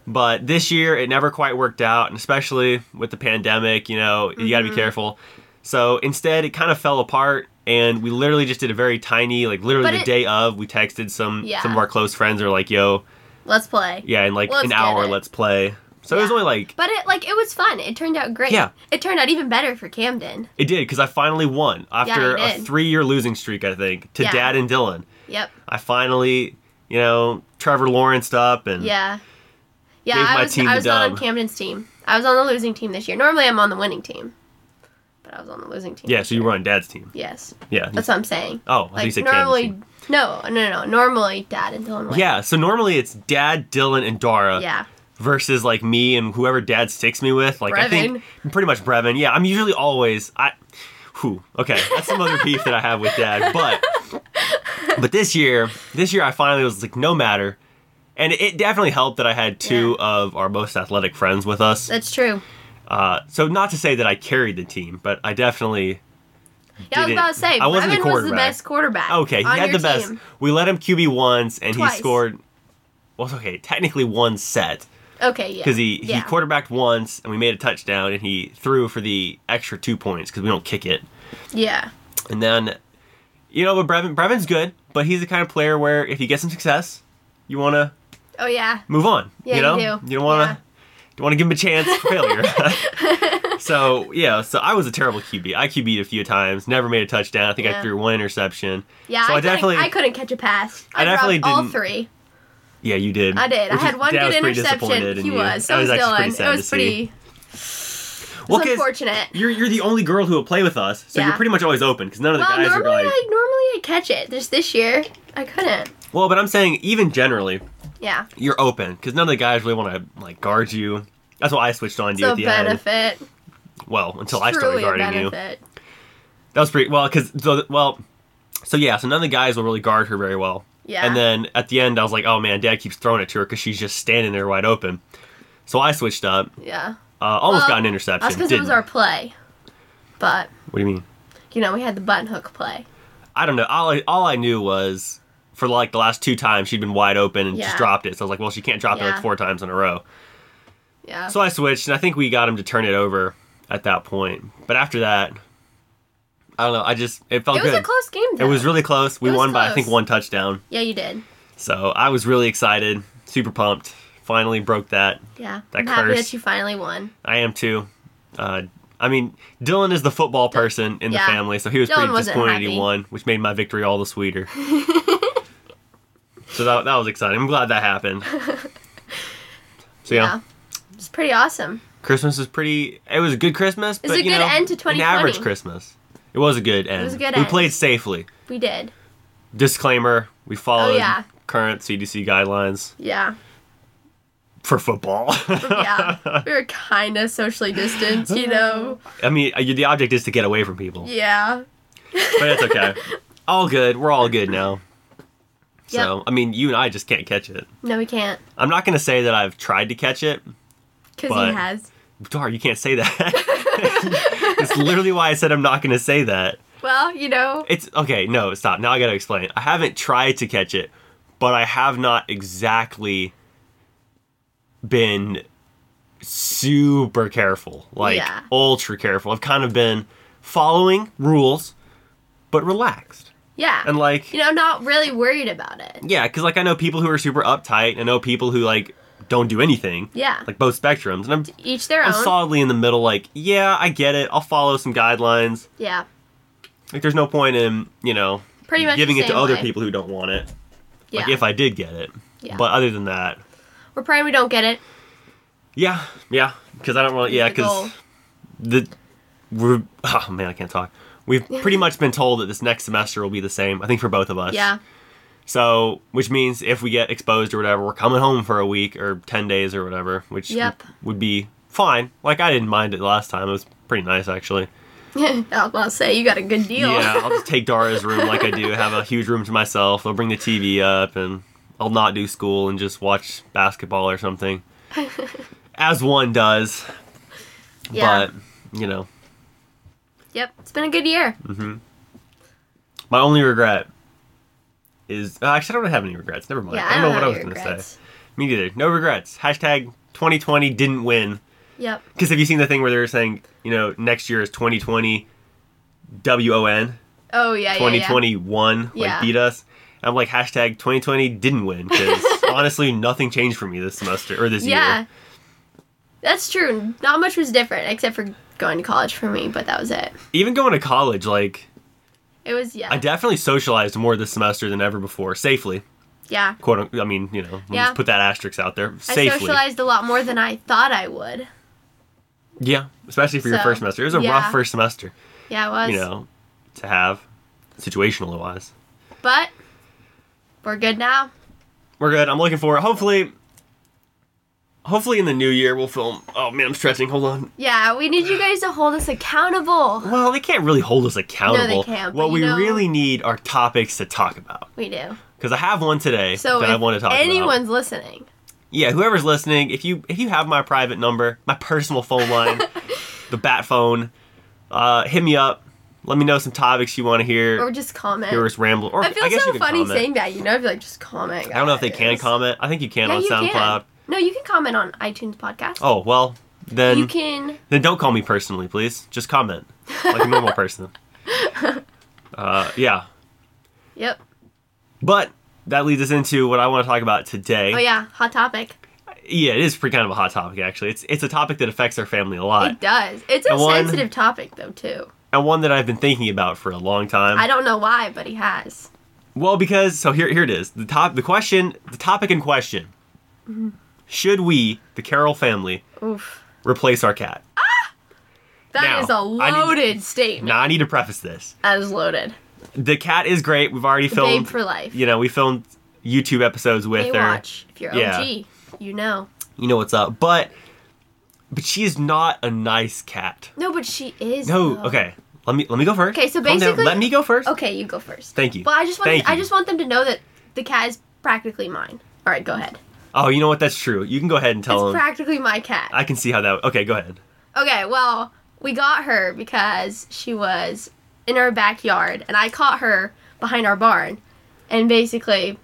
Speaker 1: But this year it never quite worked out, and especially with the pandemic, you know, you got to
Speaker 2: Mm-hmm.
Speaker 1: be careful. So instead, it kind of fell apart, and we literally just did a very tiny, like literally
Speaker 2: But
Speaker 1: the
Speaker 2: it-
Speaker 1: day of. We texted some
Speaker 2: Yeah.
Speaker 1: some of our close friends, are like, "Yo,
Speaker 2: Let's play.
Speaker 1: yeah, in like
Speaker 2: Let's
Speaker 1: an
Speaker 2: get
Speaker 1: hour,
Speaker 2: it.
Speaker 1: let's play. So it was
Speaker 2: Yeah.
Speaker 1: only like
Speaker 2: But it like it was fun. It turned out great.
Speaker 1: Yeah.
Speaker 2: It turned out even better for Camden.
Speaker 1: it did because I finally won after
Speaker 2: you
Speaker 1: a
Speaker 2: did.
Speaker 1: three-year losing streak. I think to
Speaker 2: Yeah.
Speaker 1: Dad and Dylan.
Speaker 2: Yep.
Speaker 1: I finally, you know, Trevor Lawrence up and
Speaker 2: Yeah. Yeah,
Speaker 1: Gave Mm. my
Speaker 2: I was
Speaker 1: team
Speaker 2: I
Speaker 1: the
Speaker 2: was not on
Speaker 1: dub.
Speaker 2: Camden's team. I was on the losing team this year. Normally I'm on the winning team. But I was on the losing team.
Speaker 1: yeah.
Speaker 2: this
Speaker 1: So you
Speaker 2: year.
Speaker 1: were on Dad's team.
Speaker 2: Yes.
Speaker 1: Yeah.
Speaker 2: That's what I'm saying.
Speaker 1: Hmm. oh, I think you
Speaker 2: Like
Speaker 1: said Cam's
Speaker 2: normally
Speaker 1: team.
Speaker 2: no, no, no, no. Normally dad and Dylan win.
Speaker 1: Yeah. So normally it's Dad, Dylan, and Dara.
Speaker 2: Yeah.
Speaker 1: Versus like me and whoever Dad sticks me with. Like I think pretty much Brevin. Yeah. I'm usually always I. Whew. Okay. That's some other beef that I have with Dad, but. but this year, this year I finally was like, no matter. And it definitely helped that I had two of our most athletic friends with us.
Speaker 2: That's true.
Speaker 1: Uh, so not to say that I carried the team, but I definitely
Speaker 2: Yeah, I was
Speaker 1: Didn't-
Speaker 2: about to say
Speaker 1: I wasn't the
Speaker 2: Brevin was the
Speaker 1: quarterback.
Speaker 2: best quarterback.
Speaker 1: okay. He
Speaker 2: on
Speaker 1: had
Speaker 2: your
Speaker 1: the best.
Speaker 2: team.
Speaker 1: We let him QB once, and
Speaker 2: Twice.
Speaker 1: he scored. Well, okay, technically one set
Speaker 2: Okay, yeah.
Speaker 1: because he
Speaker 2: yeah.
Speaker 1: he quarterbacked once, and we made a touchdown, and he threw for the extra two points because we don't kick it.
Speaker 2: Yeah.
Speaker 1: And then, you know, but Brevin Brevin's good, but he's the kind of player where if you get some success, you want to
Speaker 2: Oh yeah.
Speaker 1: move on.
Speaker 2: Yeah,
Speaker 1: you
Speaker 2: you
Speaker 1: know,
Speaker 2: do.
Speaker 1: don't want
Speaker 2: Yeah.
Speaker 1: to. Don't want to give him a chance for failure. so yeah, so I was a terrible QB. I QB'd a few times, never made a touchdown. I think
Speaker 2: Yeah.
Speaker 1: I threw one interception.
Speaker 2: Yeah,
Speaker 1: So
Speaker 2: I,
Speaker 1: I definitely-
Speaker 2: definitely I couldn't catch a pass. I,
Speaker 1: I definitely
Speaker 2: dropped all
Speaker 1: didn't-
Speaker 2: three.
Speaker 1: Yeah, you did.
Speaker 2: I did. I
Speaker 1: Which
Speaker 2: had
Speaker 1: is-
Speaker 2: one
Speaker 1: Dad
Speaker 2: good
Speaker 1: was pretty
Speaker 2: interception.
Speaker 1: disappointed in
Speaker 2: He
Speaker 1: you.
Speaker 2: was.
Speaker 1: That
Speaker 2: So was
Speaker 1: actually
Speaker 2: Dylan.
Speaker 1: pretty sad
Speaker 2: it
Speaker 1: to
Speaker 2: was
Speaker 1: see.
Speaker 2: pretty. It
Speaker 1: Well,
Speaker 2: was
Speaker 1: 'cause
Speaker 2: unfortunate.
Speaker 1: You're you're the only girl who will play with us, so
Speaker 2: Yeah.
Speaker 1: you're pretty much always open because none of the
Speaker 2: Well,
Speaker 1: guys
Speaker 2: normally,
Speaker 1: are
Speaker 2: like,
Speaker 1: like.
Speaker 2: normally I catch it. Just this year, I couldn't.
Speaker 1: Well, but I'm saying even generally,
Speaker 2: Yeah,
Speaker 1: you're open because none of the guys really want to like guard you. That's why I switched on to you
Speaker 2: so
Speaker 1: at the end.
Speaker 2: benefit.
Speaker 1: Well, until I started
Speaker 2: Truly a
Speaker 1: guarding you.
Speaker 2: benefit.
Speaker 1: That was pretty well because so, well, so yeah, so none of the guys will really guard her very well.
Speaker 2: Yeah.
Speaker 1: And then at the end, I was like, oh man, Dad keeps throwing it to her because she's just standing there wide open. So I switched up.
Speaker 2: Yeah,
Speaker 1: Uh, almost
Speaker 2: Well,
Speaker 1: got an interception.
Speaker 2: that's because it was
Speaker 1: didn't.
Speaker 2: our play. But
Speaker 1: What do you mean?
Speaker 2: you know, we had the button hook play.
Speaker 1: I don't know. All I, all I knew was for like the last two times she'd been wide open and
Speaker 2: Yeah.
Speaker 1: just dropped it. So I was like, well, she can't drop it
Speaker 2: Yeah.
Speaker 1: like four times in a row.
Speaker 2: Yeah.
Speaker 1: So I switched, and I think we got him to turn it over at that point. But after that, I don't know. I just it felt
Speaker 2: it was
Speaker 1: good.
Speaker 2: a close game.
Speaker 1: it
Speaker 2: Though.
Speaker 1: was really close. We
Speaker 2: was
Speaker 1: won by I
Speaker 2: close.
Speaker 1: think one touchdown.
Speaker 2: Yeah, you did.
Speaker 1: So I was really excited, super pumped. Finally broke that.
Speaker 2: Yeah,
Speaker 1: That
Speaker 2: I'm happy
Speaker 1: curse.
Speaker 2: that you finally won.
Speaker 1: I am too. Uh, I mean, Dylan is the football person in
Speaker 2: Yeah.
Speaker 1: the family, so he was
Speaker 2: Dylan
Speaker 1: pretty
Speaker 2: wasn't
Speaker 1: disappointed
Speaker 2: happy.
Speaker 1: he won, which made my victory all the sweeter. so that, that was exciting. I'm glad that happened. So yeah,
Speaker 2: Yeah. It's pretty awesome.
Speaker 1: Christmas was pretty. It was a good Christmas. but,
Speaker 2: was a
Speaker 1: you
Speaker 2: good
Speaker 1: know,
Speaker 2: end to
Speaker 1: An average
Speaker 2: 2020.
Speaker 1: Christmas. It was a good end.
Speaker 2: was a good
Speaker 1: we
Speaker 2: end.
Speaker 1: played safely.
Speaker 2: We did.
Speaker 1: Disclaimer: We followed
Speaker 2: Oh, yeah.
Speaker 1: current CDC guidelines
Speaker 2: Yeah.
Speaker 1: for football.
Speaker 2: yeah, we were kind of socially distanced, you know.
Speaker 1: I mean, uh, the object is to get away from people,
Speaker 2: Yeah,
Speaker 1: but it's okay. all good. We're all good now. So, I mean, you and I just can't catch it.
Speaker 2: no, we can't
Speaker 1: I'm not going to say that I've tried to catch it.
Speaker 2: because he
Speaker 1: But-
Speaker 2: has.
Speaker 1: Darn, you can't say that. That's literally why I said I'm not going to say that.
Speaker 2: Well, you know,
Speaker 1: It's okay. No, stop. Now I got to explain. I haven't tried to catch it, but I have not exactly been super careful, like
Speaker 2: Yeah.
Speaker 1: ultra careful. I've kind of been following rules, but relaxed.
Speaker 2: yeah,
Speaker 1: And like,
Speaker 2: you know, not really worried about it.
Speaker 1: Yeah, because like I know people who are super uptight. I know people who like don't do anything.
Speaker 2: Yeah,
Speaker 1: Like both spectrums, and I'm,
Speaker 2: each their
Speaker 1: I'm
Speaker 2: own.
Speaker 1: solidly in the middle. Like, yeah, I get it. I'll follow some guidelines.
Speaker 2: yeah,
Speaker 1: Like, there's no point in you know
Speaker 2: pretty much
Speaker 1: giving
Speaker 2: the
Speaker 1: it to
Speaker 2: same
Speaker 1: other
Speaker 2: way.
Speaker 1: people who don't want it.
Speaker 2: Yeah,
Speaker 1: Like, if I did get it,
Speaker 2: Yeah.
Speaker 1: but other than that,
Speaker 2: We're praying we don't get it.
Speaker 1: Yeah, yeah. Because I don't really. Yeah,
Speaker 2: The goal.
Speaker 1: because the we're oh man, I can't talk. We've pretty much been told that this next semester will be the same. I think for both of us.
Speaker 2: Yeah.
Speaker 1: So, which means if we get exposed or whatever, we're coming home for a week or ten days or whatever, which
Speaker 2: Yep.
Speaker 1: would be fine. Like I didn't mind it last time. It was pretty nice actually.
Speaker 2: I'll, I'll say you got a good deal.
Speaker 1: Yeah, I'll just take Dara's room like I do, have a huge room to myself. I'll bring the TV up and I'll not do school and just watch basketball or something. As one does.
Speaker 2: Yeah.
Speaker 1: But, you know,
Speaker 2: Yep. It's been a good year.
Speaker 1: my only regret is uh, actually, I don't have any regrets. Never mind.
Speaker 2: yeah.
Speaker 1: I don't know what I was
Speaker 2: have any
Speaker 1: going to
Speaker 2: regrets.
Speaker 1: say. Me neither. No regrets. Hashtag 2020 didn't win.
Speaker 2: Yep.
Speaker 1: Because have you seen the thing where they were saying, you know, next year is 2020 W O N?
Speaker 2: Oh yeah. yeah, yeah.
Speaker 1: 2021
Speaker 2: Yeah.
Speaker 1: like beat us. And I'm like hashtag 2020 didn't win because honestly nothing changed for me this semester or this
Speaker 2: Yeah.
Speaker 1: year.
Speaker 2: That's true. Not much was different except for going to college for me, but that was it.
Speaker 1: Even going to college, like
Speaker 2: It was yeah.
Speaker 1: I definitely socialized more this semester than ever before, safely.
Speaker 2: yeah.
Speaker 1: Quote, un- I mean, you know, we'll
Speaker 2: Yeah.
Speaker 1: just put that asterisk out there.
Speaker 2: I
Speaker 1: Safely,
Speaker 2: socialized a lot more than I thought I would.
Speaker 1: yeah. Especially for your
Speaker 2: So,
Speaker 1: first semester, it was a
Speaker 2: yeah.
Speaker 1: rough first semester,
Speaker 2: Yeah, I was.
Speaker 1: you know, to have situational wise.
Speaker 2: But we're good now.
Speaker 1: We're good. I'm looking forward. Hopefully, hopefully in the new year we'll film. Oh man, I'm stretching. Hold on.
Speaker 2: Yeah, we need you guys to hold us accountable.
Speaker 1: Well, they can't really hold us accountable.
Speaker 2: can't, but
Speaker 1: What
Speaker 2: you
Speaker 1: we
Speaker 2: know-
Speaker 1: really need are topics to talk about.
Speaker 2: We do.
Speaker 1: Because I have one today
Speaker 2: So
Speaker 1: that I
Speaker 2: if
Speaker 1: want to talk about.
Speaker 2: anyone's listening,
Speaker 1: Yeah, whoever's listening, if you if you have my private number, my personal phone line, the bat phone, uh, hit me up. Let me know some topics you want to
Speaker 2: or
Speaker 1: hear.
Speaker 2: just comment.
Speaker 1: Hear us ramble. Or
Speaker 2: I feel
Speaker 1: I guess you
Speaker 2: so
Speaker 1: can
Speaker 2: funny
Speaker 1: comment.
Speaker 2: saying that. You know, I'd be like, just comment.
Speaker 1: I don't know if they
Speaker 2: guys.
Speaker 1: can comment. I think you can
Speaker 2: Yeah,
Speaker 1: on
Speaker 2: you
Speaker 1: SoundCloud.
Speaker 2: Can. No, you can comment on iTunes podcast.
Speaker 1: Oh well, then
Speaker 2: you can.
Speaker 1: Then don't call me personally, please. Just comment like a normal person. Uh, yeah.
Speaker 2: Yep.
Speaker 1: But that leads us into what I want to talk about today.
Speaker 2: Oh yeah, hot topic.
Speaker 1: Yeah, it is pretty kind of a hot topic actually. It's it's a topic that affects our family a lot,
Speaker 2: It does. It's a
Speaker 1: The one-
Speaker 2: sensitive topic though too.
Speaker 1: and one that I've been thinking about for a long time.
Speaker 2: I don't know why, but he has.
Speaker 1: well, because so here here it is. The top the question the topic in question.
Speaker 2: Mm-hmm.
Speaker 1: Should we, the Carroll family,
Speaker 2: Oof.
Speaker 1: replace our cat?
Speaker 2: That
Speaker 1: Now,
Speaker 2: is a
Speaker 1: I need-
Speaker 2: loaded statement.
Speaker 1: Now I need to preface this.
Speaker 2: that is loaded.
Speaker 1: The cat is great. We've already
Speaker 2: Babe
Speaker 1: filmed.
Speaker 2: for life.
Speaker 1: you know, we filmed YouTube episodes with
Speaker 2: They
Speaker 1: her.
Speaker 2: watch. If you're
Speaker 1: yeah.
Speaker 2: OG, you know.
Speaker 1: You know what's up, but but she is not a nice cat.
Speaker 2: No, but she is.
Speaker 1: No,
Speaker 2: though.
Speaker 1: okay. Let me let me go first.
Speaker 2: Okay, so
Speaker 1: Calm down.
Speaker 2: basically-
Speaker 1: let me go first.
Speaker 2: Okay, you go first.
Speaker 1: Thank you.
Speaker 2: Well, I just want
Speaker 1: Thank
Speaker 2: I
Speaker 1: you.
Speaker 2: just want them to know that the cat is practically mine. All right, go ahead.
Speaker 1: Oh, you know what? That's true. You can go ahead and tell
Speaker 2: it's
Speaker 1: him.
Speaker 2: practically my cat.
Speaker 1: I can see how that. Okay, go ahead.
Speaker 2: Okay, well, we got her because she was in our backyard, and I caught her behind our barn, and basically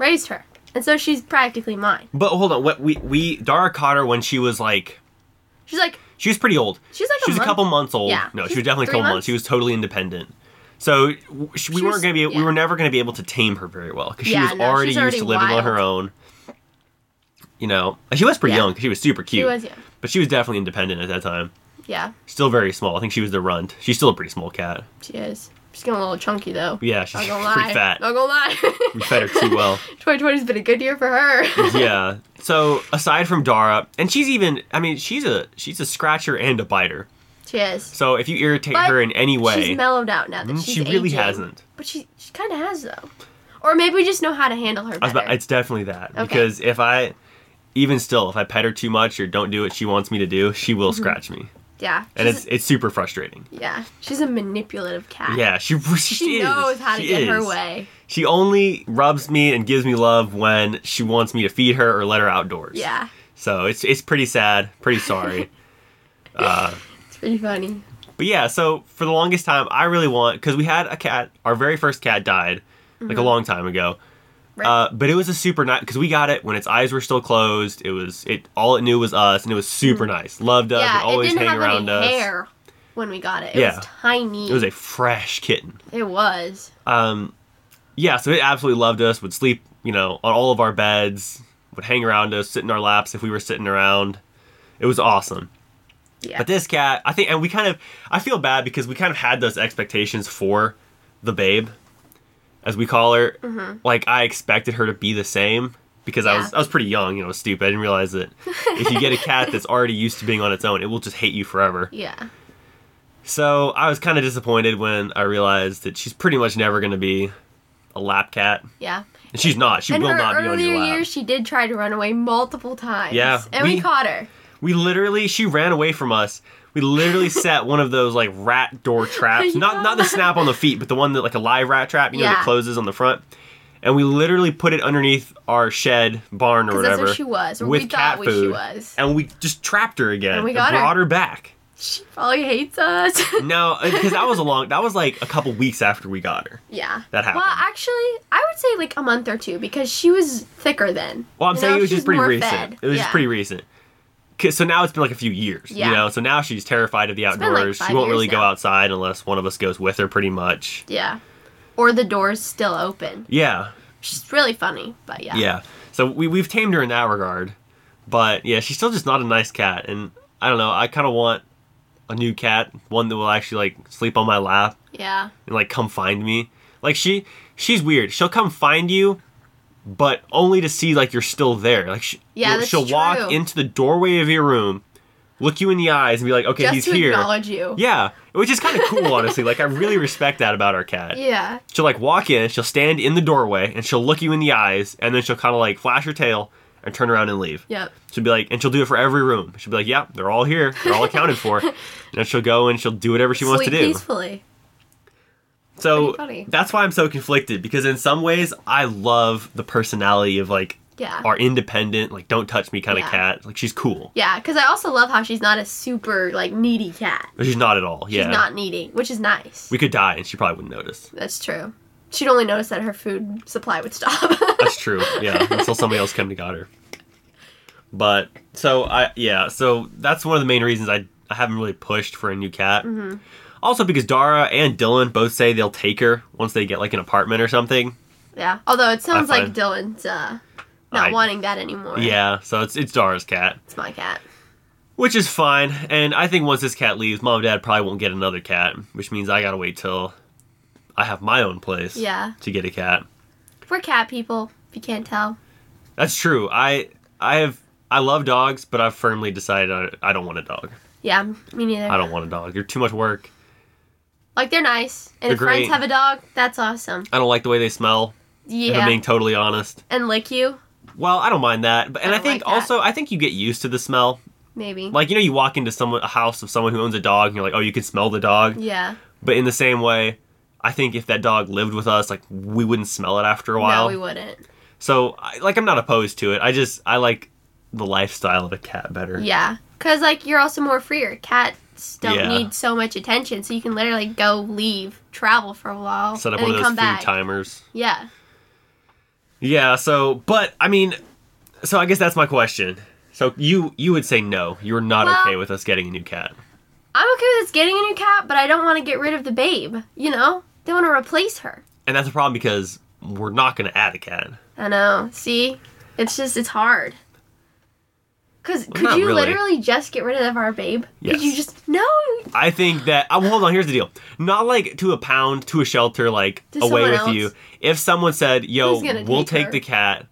Speaker 2: raised her, and so she's practically mine.
Speaker 1: But hold on. What we we Dara caught her when she was like
Speaker 2: She's like,
Speaker 1: she was pretty old.
Speaker 2: She's like a
Speaker 1: she was
Speaker 2: month-
Speaker 1: a couple months old.
Speaker 2: Yeah.
Speaker 1: No, she
Speaker 2: She's
Speaker 1: was definitely a
Speaker 2: three
Speaker 1: couple months.
Speaker 2: months.
Speaker 1: She was totally independent. So w- sh- we
Speaker 2: She was-
Speaker 1: weren't gonna be.
Speaker 2: yeah.
Speaker 1: We were never gonna be able to tame her very well because she
Speaker 2: Yeah,
Speaker 1: was
Speaker 2: no,
Speaker 1: already
Speaker 2: she's
Speaker 1: used
Speaker 2: already
Speaker 1: to living on her own. You know, she was pretty
Speaker 2: Yeah.
Speaker 1: young 'cause she was super cute.
Speaker 2: was young.
Speaker 1: But she was definitely independent at that time.
Speaker 2: yeah,
Speaker 1: Still very small. I think she was the runt. She's still a pretty small cat.
Speaker 2: she is. She's getting a little chunky though.
Speaker 1: Yeah, she's
Speaker 2: Not
Speaker 1: pretty
Speaker 2: gonna lie.
Speaker 1: fat.
Speaker 2: Not gonna lie.
Speaker 1: We fed her too well.
Speaker 2: 2020's been a good year for her.
Speaker 1: yeah. So aside from Dara, and she's even I mean, she's a she's a scratcher and a biter.
Speaker 2: she is.
Speaker 1: So if you irritate
Speaker 2: But
Speaker 1: her in any way,
Speaker 2: She's mellowed out now that
Speaker 1: Mm,
Speaker 2: she's
Speaker 1: she really
Speaker 2: aging.
Speaker 1: hasn't.
Speaker 2: But she she kind of has though. Or maybe we just know how to handle
Speaker 1: I
Speaker 2: her
Speaker 1: was
Speaker 2: better.
Speaker 1: about- it's definitely that.
Speaker 2: Okay.
Speaker 1: Because if I even still, if I pet her too much or don't do what she wants me to do, she will scratch me.
Speaker 2: yeah.
Speaker 1: And
Speaker 2: Mm-hmm. she's-
Speaker 1: it's it's super frustrating.
Speaker 2: Yeah, she's a manipulative cat.
Speaker 1: Yeah, she she,
Speaker 2: she
Speaker 1: is.
Speaker 2: knows how to
Speaker 1: She
Speaker 2: get her
Speaker 1: is.
Speaker 2: way.
Speaker 1: She only rubs me and gives me love when she wants me to feed her or let her outdoors.
Speaker 2: Yeah,
Speaker 1: So it's it's pretty sad, pretty sorry. uh,
Speaker 2: it's pretty funny.
Speaker 1: but yeah, so for the longest time, I really want because we had a cat. Our very first cat died like a long time ago.
Speaker 2: Mm-hmm. Right?
Speaker 1: Uh, but it was a super nice because we got it when its eyes were still closed. It was it all it knew was us, and it was super nice. Loved us,
Speaker 2: Mm. yeah,
Speaker 1: would always
Speaker 2: it didn't
Speaker 1: hang
Speaker 2: have
Speaker 1: around
Speaker 2: any
Speaker 1: us.
Speaker 2: hair when we got it. It
Speaker 1: Yeah.
Speaker 2: was tiny.
Speaker 1: It was a fresh kitten.
Speaker 2: It was.
Speaker 1: Um, yeah, so it absolutely loved us. Would sleep, you know, on all of our beds. Would hang around us, sit in our laps if we were sitting around. It was awesome.
Speaker 2: Yeah.
Speaker 1: But this cat, I think, and we kind of, I feel bad because we kind of had those expectations for
Speaker 2: Mm-hmm.
Speaker 1: the babe, as we call her. Like I expected her to be the same, because I was I was pretty young, you know, stupid. I didn't realize that if you get a cat that's already used to being on its own, it will just hate you forever.
Speaker 2: Yeah.
Speaker 1: So I was kind of disappointed when I realized that she's pretty much never going to be a lap cat.
Speaker 2: Yeah.
Speaker 1: And she's not. She
Speaker 2: In
Speaker 1: will
Speaker 2: her
Speaker 1: not be on
Speaker 2: earlier
Speaker 1: your lap.
Speaker 2: years, she did try to run away multiple times.
Speaker 1: Yeah,
Speaker 2: And we,
Speaker 1: we-
Speaker 2: caught her.
Speaker 1: we literally, she ran away from us. We literally set one of those like rat door traps.
Speaker 2: I
Speaker 1: Not
Speaker 2: know.
Speaker 1: not the snap on the feet, but the one that like a live rat trap, you know,
Speaker 2: Yeah.
Speaker 1: that closes on the front. And we literally put it underneath our shed, barn, or
Speaker 2: Because
Speaker 1: whatever.
Speaker 2: that's where she was. Or
Speaker 1: with
Speaker 2: we
Speaker 1: cat
Speaker 2: thought where
Speaker 1: food.
Speaker 2: she was.
Speaker 1: And we just trapped her again.
Speaker 2: And we got her.
Speaker 1: brought her back.
Speaker 2: She probably hates us.
Speaker 1: No, because that was a long. That was like a couple weeks after we got her.
Speaker 2: yeah.
Speaker 1: That happened.
Speaker 2: Well, actually, I would say like a month or two because she was thicker then.
Speaker 1: Well, I'm
Speaker 2: You
Speaker 1: saying
Speaker 2: know,
Speaker 1: it was
Speaker 2: she's
Speaker 1: just pretty
Speaker 2: more
Speaker 1: recent.
Speaker 2: fed.
Speaker 1: It was
Speaker 2: Yeah.
Speaker 1: just pretty recent. 'Cause- So now it's been like a few years,
Speaker 2: Yeah.
Speaker 1: you know. So now she's terrified of the
Speaker 2: been, like,
Speaker 1: outdoors. she
Speaker 2: five
Speaker 1: won't really
Speaker 2: years
Speaker 1: go
Speaker 2: now.
Speaker 1: outside unless one of us goes with her, pretty much.
Speaker 2: Yeah. Or the door's still open.
Speaker 1: Yeah,
Speaker 2: She's really funny, but yeah.
Speaker 1: yeah. So we we've tamed her in that regard, but yeah, she's still just not a nice cat. And I don't know. I kind of want a new cat, one that will actually like sleep on my lap
Speaker 2: Yeah.
Speaker 1: and like come find me. Like she she's weird. She'll come find you, but only to see like you're still there. Like she,
Speaker 2: Yeah,
Speaker 1: you'll-
Speaker 2: that's
Speaker 1: she'll walk
Speaker 2: true.
Speaker 1: into the doorway of your room, look you in the eyes, and be like, "Okay,
Speaker 2: Just
Speaker 1: he's
Speaker 2: to
Speaker 1: here."
Speaker 2: acknowledge you.
Speaker 1: Yeah, which is kind of cool, honestly. like I really respect that about our cat.
Speaker 2: Yeah.
Speaker 1: She'll like walk in, she'll stand in the doorway, and she'll look you in the eyes, and then she'll kind of like flash her tail and turn around and leave.
Speaker 2: Yep.
Speaker 1: She'll be like, and she'll do it for every room. She'll be like, "Yep, they're all here. They're all accounted for." And then she'll go and she'll do whatever she wants to
Speaker 2: Sleep
Speaker 1: do.
Speaker 2: peacefully.
Speaker 1: So
Speaker 2: Pretty funny.
Speaker 1: that's why I'm so conflicted because in some ways I love the personality of like
Speaker 2: Yeah.
Speaker 1: our independent, like don't touch me kind
Speaker 2: Yeah.
Speaker 1: of cat. Like she's cool,
Speaker 2: Yeah, because I also love how she's not a super like needy cat.
Speaker 1: but she's not at all.
Speaker 2: She's
Speaker 1: yeah,
Speaker 2: not needy, which is nice.
Speaker 1: we could die and she probably wouldn't notice.
Speaker 2: That's true. She'd only notice that her food supply would stop.
Speaker 1: That's true. yeah, until somebody else came to got her. But so I yeah, so that's one of the main reasons I I haven't really pushed for a new cat. Also because Dara and Dylan both say they'll take her once they get like an apartment or something.
Speaker 2: yeah. Although it sounds
Speaker 1: I
Speaker 2: like
Speaker 1: find-
Speaker 2: Dylan's uh, not
Speaker 1: I-
Speaker 2: wanting that anymore.
Speaker 1: Yeah, so it's it's Dara's cat.
Speaker 2: It's my cat.
Speaker 1: Which is fine, and I think once this cat leaves, mom and dad probably won't get another cat, which means I gotta wait till I have my own place
Speaker 2: Yeah.
Speaker 1: to get a cat.
Speaker 2: We're cat people, if you can't tell.
Speaker 1: That's true. I I have I love dogs, but I've firmly decided I, I don't want a dog.
Speaker 2: Yeah, me neither.
Speaker 1: I don't want a dog. They're too much work.
Speaker 2: Like they're nice. And
Speaker 1: They're
Speaker 2: if friends
Speaker 1: great.
Speaker 2: have a dog, that's awesome.
Speaker 1: I don't like the way they smell. If I'm
Speaker 2: Yeah.
Speaker 1: being totally honest.
Speaker 2: And lick you,
Speaker 1: Well, I don't mind that, but and
Speaker 2: I
Speaker 1: I,
Speaker 2: don't
Speaker 1: think
Speaker 2: like that.
Speaker 1: also I think you get used to the smell.
Speaker 2: maybe.
Speaker 1: Like you know, you walk into someone a house of someone who owns a dog, and you're like, oh, you can smell the dog.
Speaker 2: yeah.
Speaker 1: But in the same way, I think if that dog lived with us, like we wouldn't smell it after a while.
Speaker 2: No, we wouldn't.
Speaker 1: So, I, like, I'm not opposed to it. I just I like the lifestyle of a cat better.
Speaker 2: Yeah, because like you're also more freer. Cats don't
Speaker 1: Yeah.
Speaker 2: need so much attention, so you can literally go leave, travel for a while,
Speaker 1: Set up
Speaker 2: and
Speaker 1: one of
Speaker 2: then
Speaker 1: those
Speaker 2: come
Speaker 1: food
Speaker 2: back.
Speaker 1: timers.
Speaker 2: Yeah,
Speaker 1: Yeah. So, but I mean, so I guess that's my question. So you you would say no. You're not
Speaker 2: Well-
Speaker 1: okay with us getting a new cat.
Speaker 2: I'm okay with us getting a new cat, but I don't want to get rid of the babe. You know, they want to replace her.
Speaker 1: And that's a problem because we're not going to add a cat.
Speaker 2: I know. See, it's just it's hard. Cause could
Speaker 1: not
Speaker 2: you
Speaker 1: really.
Speaker 2: literally just get rid of our babe? Could you
Speaker 1: Yes.
Speaker 2: just no?
Speaker 1: I think that I well, hold on. Here's the deal: not like to a pound, to a shelter, like
Speaker 2: To
Speaker 1: away
Speaker 2: someone
Speaker 1: with
Speaker 2: else.
Speaker 1: you. If someone said, "Yo,
Speaker 2: Who's gonna
Speaker 1: we'll
Speaker 2: take
Speaker 1: take
Speaker 2: her?
Speaker 1: the cat,"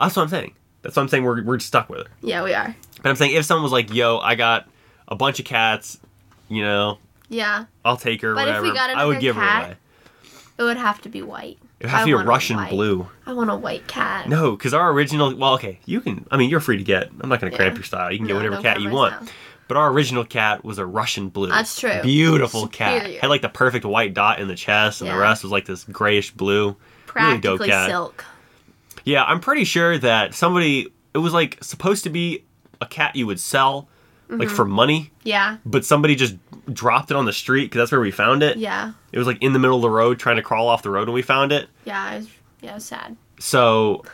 Speaker 1: that's what I'm saying. That's what I'm saying. We're we're stuck with her.
Speaker 2: Yeah, we are.
Speaker 1: But I'm saying if someone was like, "Yo, I got a bunch of cats," you know,
Speaker 2: Yeah,
Speaker 1: I'll take her.
Speaker 2: But if
Speaker 1: whatever.
Speaker 2: we got
Speaker 1: I would
Speaker 2: another
Speaker 1: give
Speaker 2: cat,
Speaker 1: her away.
Speaker 2: it would have to be white.
Speaker 1: It would have
Speaker 2: I
Speaker 1: to be a
Speaker 2: want
Speaker 1: Russian
Speaker 2: white-
Speaker 1: blue.
Speaker 2: I want a white cat.
Speaker 1: No, because our original. Well, okay, you can. I mean, you're free to get. I'm not going to
Speaker 2: Yeah.
Speaker 1: cramp your style. You can get
Speaker 2: No,
Speaker 1: whatever
Speaker 2: don't
Speaker 1: cat
Speaker 2: cramp
Speaker 1: you
Speaker 2: my
Speaker 1: want.
Speaker 2: style.
Speaker 1: But our original cat was a Russian blue.
Speaker 2: That's true.
Speaker 1: Beautiful cat.
Speaker 2: Superior.
Speaker 1: Had like the perfect white dot in the chest, and
Speaker 2: Yeah.
Speaker 1: the rest was like this grayish blue. Really
Speaker 2: Practically
Speaker 1: dope cat.
Speaker 2: silk.
Speaker 1: Yeah, I'm pretty sure that somebody. It was like supposed to be a cat you would sell, like for
Speaker 2: Mm-hmm.
Speaker 1: money,
Speaker 2: Yeah,
Speaker 1: but somebody just dropped it on the street because that's where we found it.
Speaker 2: yeah.
Speaker 1: It was like in the middle of the road, trying to crawl off the road when we found it.
Speaker 2: Yeah, it was, yeah, it was sad.
Speaker 1: So,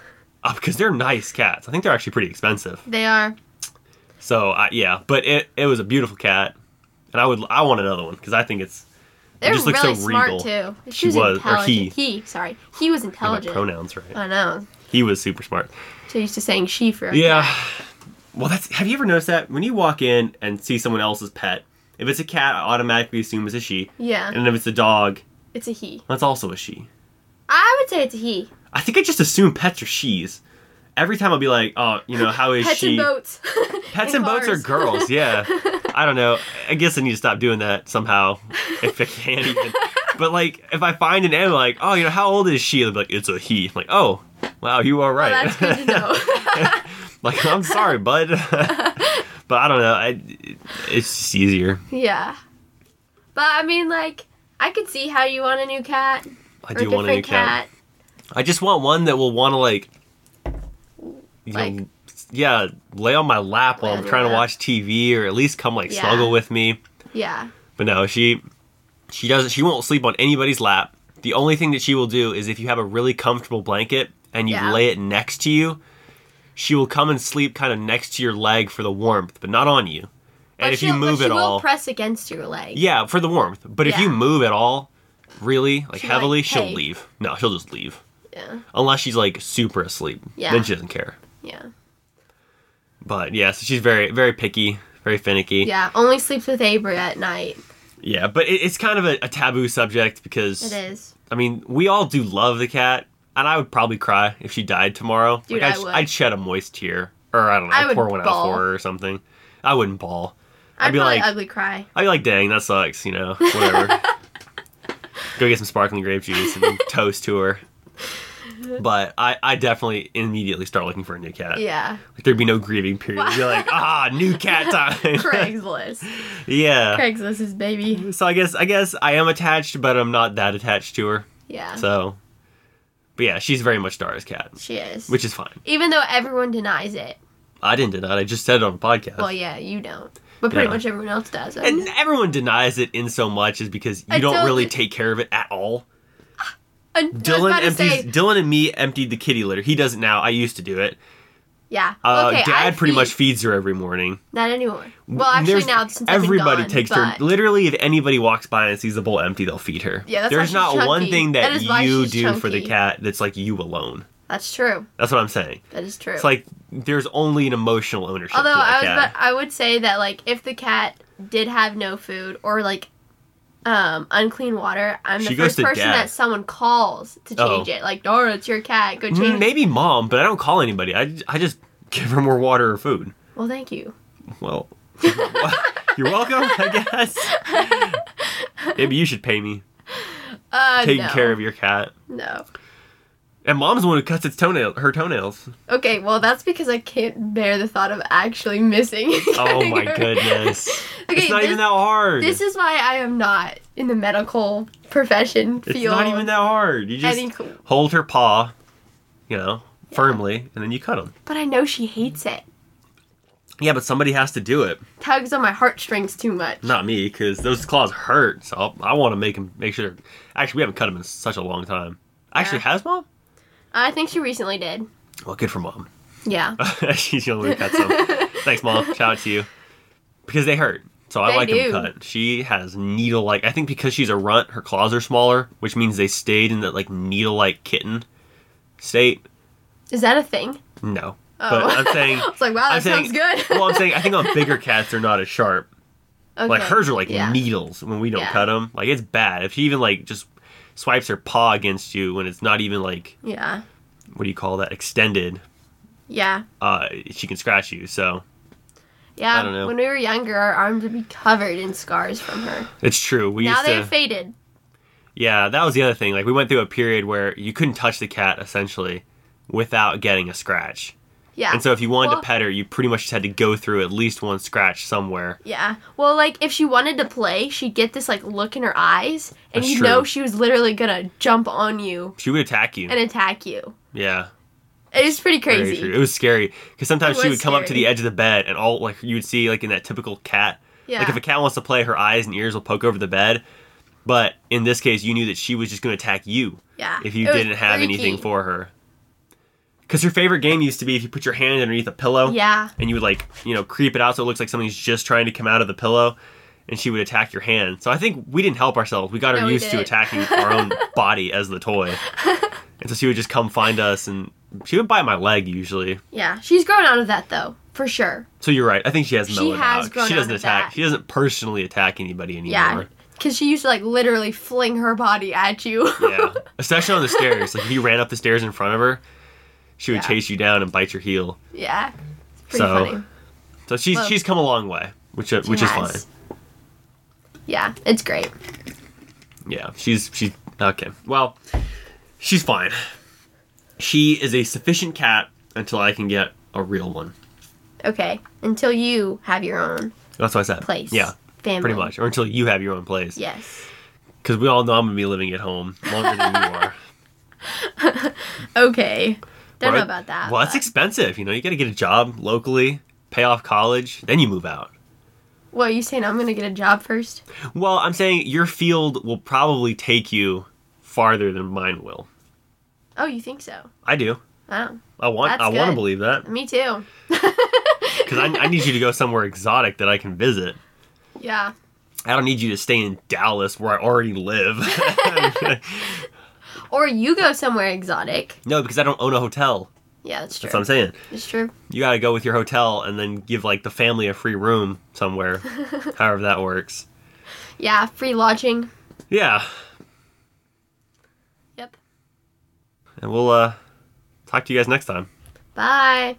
Speaker 1: uh, because they're nice cats, I think they're actually pretty expensive.
Speaker 2: They are.
Speaker 1: So I, yeah, but it it was a beautiful cat, and I would I want another one because I think it's
Speaker 2: They're
Speaker 1: just looks so
Speaker 2: really smart
Speaker 1: regal.
Speaker 2: too.
Speaker 1: She was- or
Speaker 2: intelligent.
Speaker 1: he.
Speaker 2: sorry, he was
Speaker 1: I have my
Speaker 2: intelligent.
Speaker 1: pronouns right.
Speaker 2: I know.
Speaker 1: He was super smart.
Speaker 2: So used to saying she for. a
Speaker 1: Yeah.
Speaker 2: cat.
Speaker 1: Well, that's have you ever noticed that when you walk in and see someone else's pet, if it's a cat, I automatically assume it's a she,
Speaker 2: Yeah,
Speaker 1: and if it's a dog,
Speaker 2: it's a he.
Speaker 1: that's also a she.
Speaker 2: I would say it's a he.
Speaker 1: I think I just assume pets are she's, every time I'll be like, oh, you know, how is
Speaker 2: Pets
Speaker 1: she?
Speaker 2: and boats.
Speaker 1: Pets and boats are
Speaker 2: cars.
Speaker 1: girls, yeah. I don't know. I guess I need to stop doing that somehow if I can't even. But like, if I find an animal, like, oh, you know, how old is she? They'll be like, it's a he. I'm like, oh, wow, you are
Speaker 2: Well,
Speaker 1: right.
Speaker 2: that's good to know.
Speaker 1: like, I'm sorry, bud. but I don't know. I, it's just easier.
Speaker 2: yeah. But I mean, like, I could see how you want a new cat
Speaker 1: I
Speaker 2: or
Speaker 1: do want a new
Speaker 2: different
Speaker 1: cat. I just want one that will want to like, you
Speaker 2: Like-
Speaker 1: know, yeah, lay on my lap while
Speaker 2: Lay
Speaker 1: I'm
Speaker 2: on your
Speaker 1: trying to
Speaker 2: lap.
Speaker 1: watch TV, or at least come like
Speaker 2: Yeah.
Speaker 1: snuggle with me.
Speaker 2: Yeah.
Speaker 1: But no, she she doesn't. She won't sleep on anybody's lap. The only thing that she will do is if you have a really comfortable blanket and you
Speaker 2: Yeah.
Speaker 1: lay it next to you, she will come and sleep kind of next to your leg for the warmth, but not on you. And
Speaker 2: But
Speaker 1: if you
Speaker 2: she'll- but
Speaker 1: move
Speaker 2: she
Speaker 1: at
Speaker 2: will
Speaker 1: all,
Speaker 2: press against your leg.
Speaker 1: yeah, for the warmth. But if
Speaker 2: Yeah.
Speaker 1: you move at all, really, like
Speaker 2: She'll be like,
Speaker 1: heavily, she'll
Speaker 2: "Hey."
Speaker 1: leave. No, she'll just leave.
Speaker 2: Yeah.
Speaker 1: Unless she's like super asleep.
Speaker 2: Yeah.
Speaker 1: Then she doesn't care.
Speaker 2: Yeah.
Speaker 1: But yeah, so she's very, very picky, very finicky.
Speaker 2: Yeah. Only sleeps with Avery at night.
Speaker 1: Yeah, but it, it's kind of a, a taboo subject because
Speaker 2: It is.
Speaker 1: I mean, we all do love the cat, and I would probably cry if she died tomorrow.
Speaker 2: Dude,
Speaker 1: like,
Speaker 2: I
Speaker 1: I'd,
Speaker 2: would.
Speaker 1: I'd shed a moist tear, or I don't know,
Speaker 2: I would
Speaker 1: pour one out
Speaker 2: bawl.
Speaker 1: for her or something. I wouldn't ball.
Speaker 2: I'd,
Speaker 1: I'd be
Speaker 2: probably
Speaker 1: like-
Speaker 2: ugly cry.
Speaker 1: I'd be like, dang, that sucks, you know, whatever. Go get some sparkling grape juice and then toast to her. But I, I definitely immediately start looking for a new cat.
Speaker 2: Yeah.
Speaker 1: Like there'd be no grieving period. You'd be like, ah, new cat time.
Speaker 2: Craigslist.
Speaker 1: yeah.
Speaker 2: Craigslist is baby.
Speaker 1: So I guess I guess I am attached, but I'm not that attached to her.
Speaker 2: Yeah.
Speaker 1: So, but yeah, she's very much Dara's cat,
Speaker 2: she is.
Speaker 1: which is fine.
Speaker 2: Even though everyone denies it.
Speaker 1: I didn't deny it. I just said it on a podcast.
Speaker 2: Well, yeah, you don't. But pretty
Speaker 1: Yeah.
Speaker 2: much everyone else does. I
Speaker 1: And everyone denies it in so much is because you
Speaker 2: I
Speaker 1: don't
Speaker 2: don't
Speaker 1: really
Speaker 2: think-
Speaker 1: take care of it at all.
Speaker 2: I was
Speaker 1: Dylan
Speaker 2: about to
Speaker 1: empties.
Speaker 2: say,
Speaker 1: Dylan and me emptied the kitty litter. He doesn't now. I used to do it.
Speaker 2: yeah.
Speaker 1: Uh,
Speaker 2: okay,
Speaker 1: Dad
Speaker 2: I
Speaker 1: pretty
Speaker 2: feed-
Speaker 1: much feeds her every morning.
Speaker 2: Not anymore. Well, actually,
Speaker 1: There's-
Speaker 2: now since
Speaker 1: everybody
Speaker 2: I've been gone,
Speaker 1: takes
Speaker 2: but,
Speaker 1: turn. Literally, if anybody walks by and sees the bowl empty, they'll feed her.
Speaker 2: Yeah, that's why
Speaker 1: There's
Speaker 2: she's
Speaker 1: not one
Speaker 2: chunky.
Speaker 1: thing
Speaker 2: That
Speaker 1: that,
Speaker 2: is why
Speaker 1: you
Speaker 2: she's
Speaker 1: do for the
Speaker 2: chunky.
Speaker 1: cat that's like you alone.
Speaker 2: That's true.
Speaker 1: That's what I'm saying.
Speaker 2: That is true.
Speaker 1: It's like there's only an emotional ownership.
Speaker 2: Although
Speaker 1: to that
Speaker 2: I was,
Speaker 1: cat.
Speaker 2: about, I would say that like if the cat did have no food or like um unclean water, I'm
Speaker 1: She
Speaker 2: the
Speaker 1: goes
Speaker 2: first
Speaker 1: to
Speaker 2: person
Speaker 1: dad.
Speaker 2: that someone calls to
Speaker 1: Oh.
Speaker 2: change it. Like, Dora, it's your cat. Go
Speaker 1: Mm,
Speaker 2: change. it.
Speaker 1: Maybe mom, but I don't call anybody. I, I just give her more water or food.
Speaker 2: Well, thank you.
Speaker 1: Well, you're welcome, I guess. Maybe you should pay me
Speaker 2: Uh,
Speaker 1: taking
Speaker 2: no.
Speaker 1: care of your cat.
Speaker 2: No.
Speaker 1: And mom's the one who cuts its toenail, her toenails.
Speaker 2: Okay, well that's because I can't bear the thought of actually missing.
Speaker 1: Oh my goodness!
Speaker 2: Okay,
Speaker 1: it's not
Speaker 2: this,
Speaker 1: even that hard.
Speaker 2: this is why I am not in the medical profession
Speaker 1: it's
Speaker 2: field.
Speaker 1: not even that hard. You just
Speaker 2: Any cool.
Speaker 1: hold her paw, you know, firmly, and then you cut them.
Speaker 2: But I know she hates it.
Speaker 1: Yeah, but somebody has to do it.
Speaker 2: Tugs on my heartstrings too much.
Speaker 1: Not me, because those claws hurt. So I'll, I want to make them make sure. Actually, we haven't cut them in such a long time. Actually, has mom?
Speaker 2: I think she recently did.
Speaker 1: Well, good for mom.
Speaker 2: Yeah.
Speaker 1: She's the only one who cuts them. Thanks, mom. Shout out to you. Because they hurt. So I
Speaker 2: They
Speaker 1: like
Speaker 2: do.
Speaker 1: them cut. She has needle like. I think because she's a runt, her claws are smaller, which means they stayed in that like needle like kitten state.
Speaker 2: Is that a thing?
Speaker 1: No.
Speaker 2: Oh.
Speaker 1: But I'm saying.
Speaker 2: It's like, wow, that
Speaker 1: I'm saying,
Speaker 2: sounds good.
Speaker 1: well, I'm saying I think on bigger cats they're not as sharp.
Speaker 2: Okay.
Speaker 1: Like hers are like
Speaker 2: yeah.
Speaker 1: needles when we don't 'em.
Speaker 2: Yeah.
Speaker 1: cut them. Like it's bad. If she even like just swipes her paw against you when it's not even like
Speaker 2: Yeah.
Speaker 1: what do you call that extended,
Speaker 2: Yeah.
Speaker 1: uh, she can scratch you. So
Speaker 2: Yeah.
Speaker 1: I don't know.
Speaker 2: When we were younger, our arms would be covered in scars from her.
Speaker 1: it's true. We
Speaker 2: now
Speaker 1: used
Speaker 2: they
Speaker 1: to.
Speaker 2: have faded.
Speaker 1: yeah, that was the other thing. Like we went through a period where you couldn't touch the cat essentially without getting a scratch.
Speaker 2: Yeah.
Speaker 1: And so if you wanted
Speaker 2: Well-
Speaker 1: to pet her, you pretty much just had to go through at least one scratch somewhere.
Speaker 2: Yeah. Well, like if she wanted to play, she'd get this like look in her eyes, and
Speaker 1: That's
Speaker 2: you
Speaker 1: true.
Speaker 2: know she was literally gonna jump on you
Speaker 1: She would attack you.
Speaker 2: and attack you.
Speaker 1: yeah.
Speaker 2: It is pretty
Speaker 1: Very
Speaker 2: crazy.
Speaker 1: true. It was scary because sometimes
Speaker 2: It
Speaker 1: she would
Speaker 2: was
Speaker 1: come up to
Speaker 2: scary.
Speaker 1: the edge of the bed and all like you would see like in that typical cat.
Speaker 2: Yeah.
Speaker 1: Like if a cat wants to play, her eyes and ears will poke over the bed. But in this case, you knew that she was just going to attack you
Speaker 2: yeah.
Speaker 1: if you
Speaker 2: It was
Speaker 1: didn't have anything
Speaker 2: freaky.
Speaker 1: for her. Because her favorite game used to be if you put your hand underneath a pillow
Speaker 2: Yeah.
Speaker 1: and you would like you know creep it out so it looks like something's just trying to come out of the pillow, and she would attack your hand. So I think we didn't help ourselves. We got her
Speaker 2: No, we
Speaker 1: used to
Speaker 2: didn't.
Speaker 1: attacking our own body as the toy, and so she would just come find us and she would bite my leg usually.
Speaker 2: Yeah. She's grown out of that though, for sure.
Speaker 1: So you're right. I think she has
Speaker 2: She
Speaker 1: mellowed
Speaker 2: has
Speaker 1: out.
Speaker 2: grown
Speaker 1: She
Speaker 2: out
Speaker 1: doesn't
Speaker 2: of
Speaker 1: attack.
Speaker 2: that.
Speaker 1: She doesn't personally attack anybody
Speaker 2: Yeah.
Speaker 1: anymore.
Speaker 2: Cause she used to like literally fling her body at you.
Speaker 1: Yeah. Especially on the stairs. Like if you ran up the stairs in front of her, she would
Speaker 2: Yeah.
Speaker 1: chase you down and bite your heel.
Speaker 2: Yeah. It's pretty
Speaker 1: So,
Speaker 2: funny.
Speaker 1: So she's
Speaker 2: Well-
Speaker 1: she's come a long way, which uh, which is
Speaker 2: Yes.
Speaker 1: fine.
Speaker 2: Yeah, it's great.
Speaker 1: Yeah, she's she's okay. Well, she's fine. She is a sufficient cat until I can get a real one.
Speaker 2: Okay. Until you have your own
Speaker 1: That's what I said.
Speaker 2: place.
Speaker 1: Yeah,
Speaker 2: Family.
Speaker 1: pretty much. Or until you have your own place.
Speaker 2: Yes.
Speaker 1: Because we all know I'm gonna be living at home longer than you are.
Speaker 2: Okay. Don't
Speaker 1: Right?
Speaker 2: know about that.
Speaker 1: Well, that's
Speaker 2: but-
Speaker 1: expensive. You know, you got to get a job locally, pay off college, then you move out.
Speaker 2: What, you saying I'm going to get a job first?
Speaker 1: Well, I'm saying your field will probably take you farther than mine will.
Speaker 2: Oh, you think so?
Speaker 1: I do.
Speaker 2: Oh,
Speaker 1: I want.
Speaker 2: That's
Speaker 1: I want to
Speaker 2: good.
Speaker 1: believe that
Speaker 2: me too.
Speaker 1: because I, I need you to go somewhere exotic that I can visit.
Speaker 2: Yeah.
Speaker 1: I don't need you to stay in Dallas where I already live.
Speaker 2: Or you go somewhere exotic.
Speaker 1: no, because I don't own a hotel.
Speaker 2: Yeah, that's true.
Speaker 1: That's what I'm saying.
Speaker 2: It's true.
Speaker 1: You got to go with your hotel and then give like the family a free room somewhere, however that works.
Speaker 2: Yeah, free lodging.
Speaker 1: Yeah,
Speaker 2: Yep.
Speaker 1: and we'll uh, talk to you guys next time.
Speaker 2: Bye.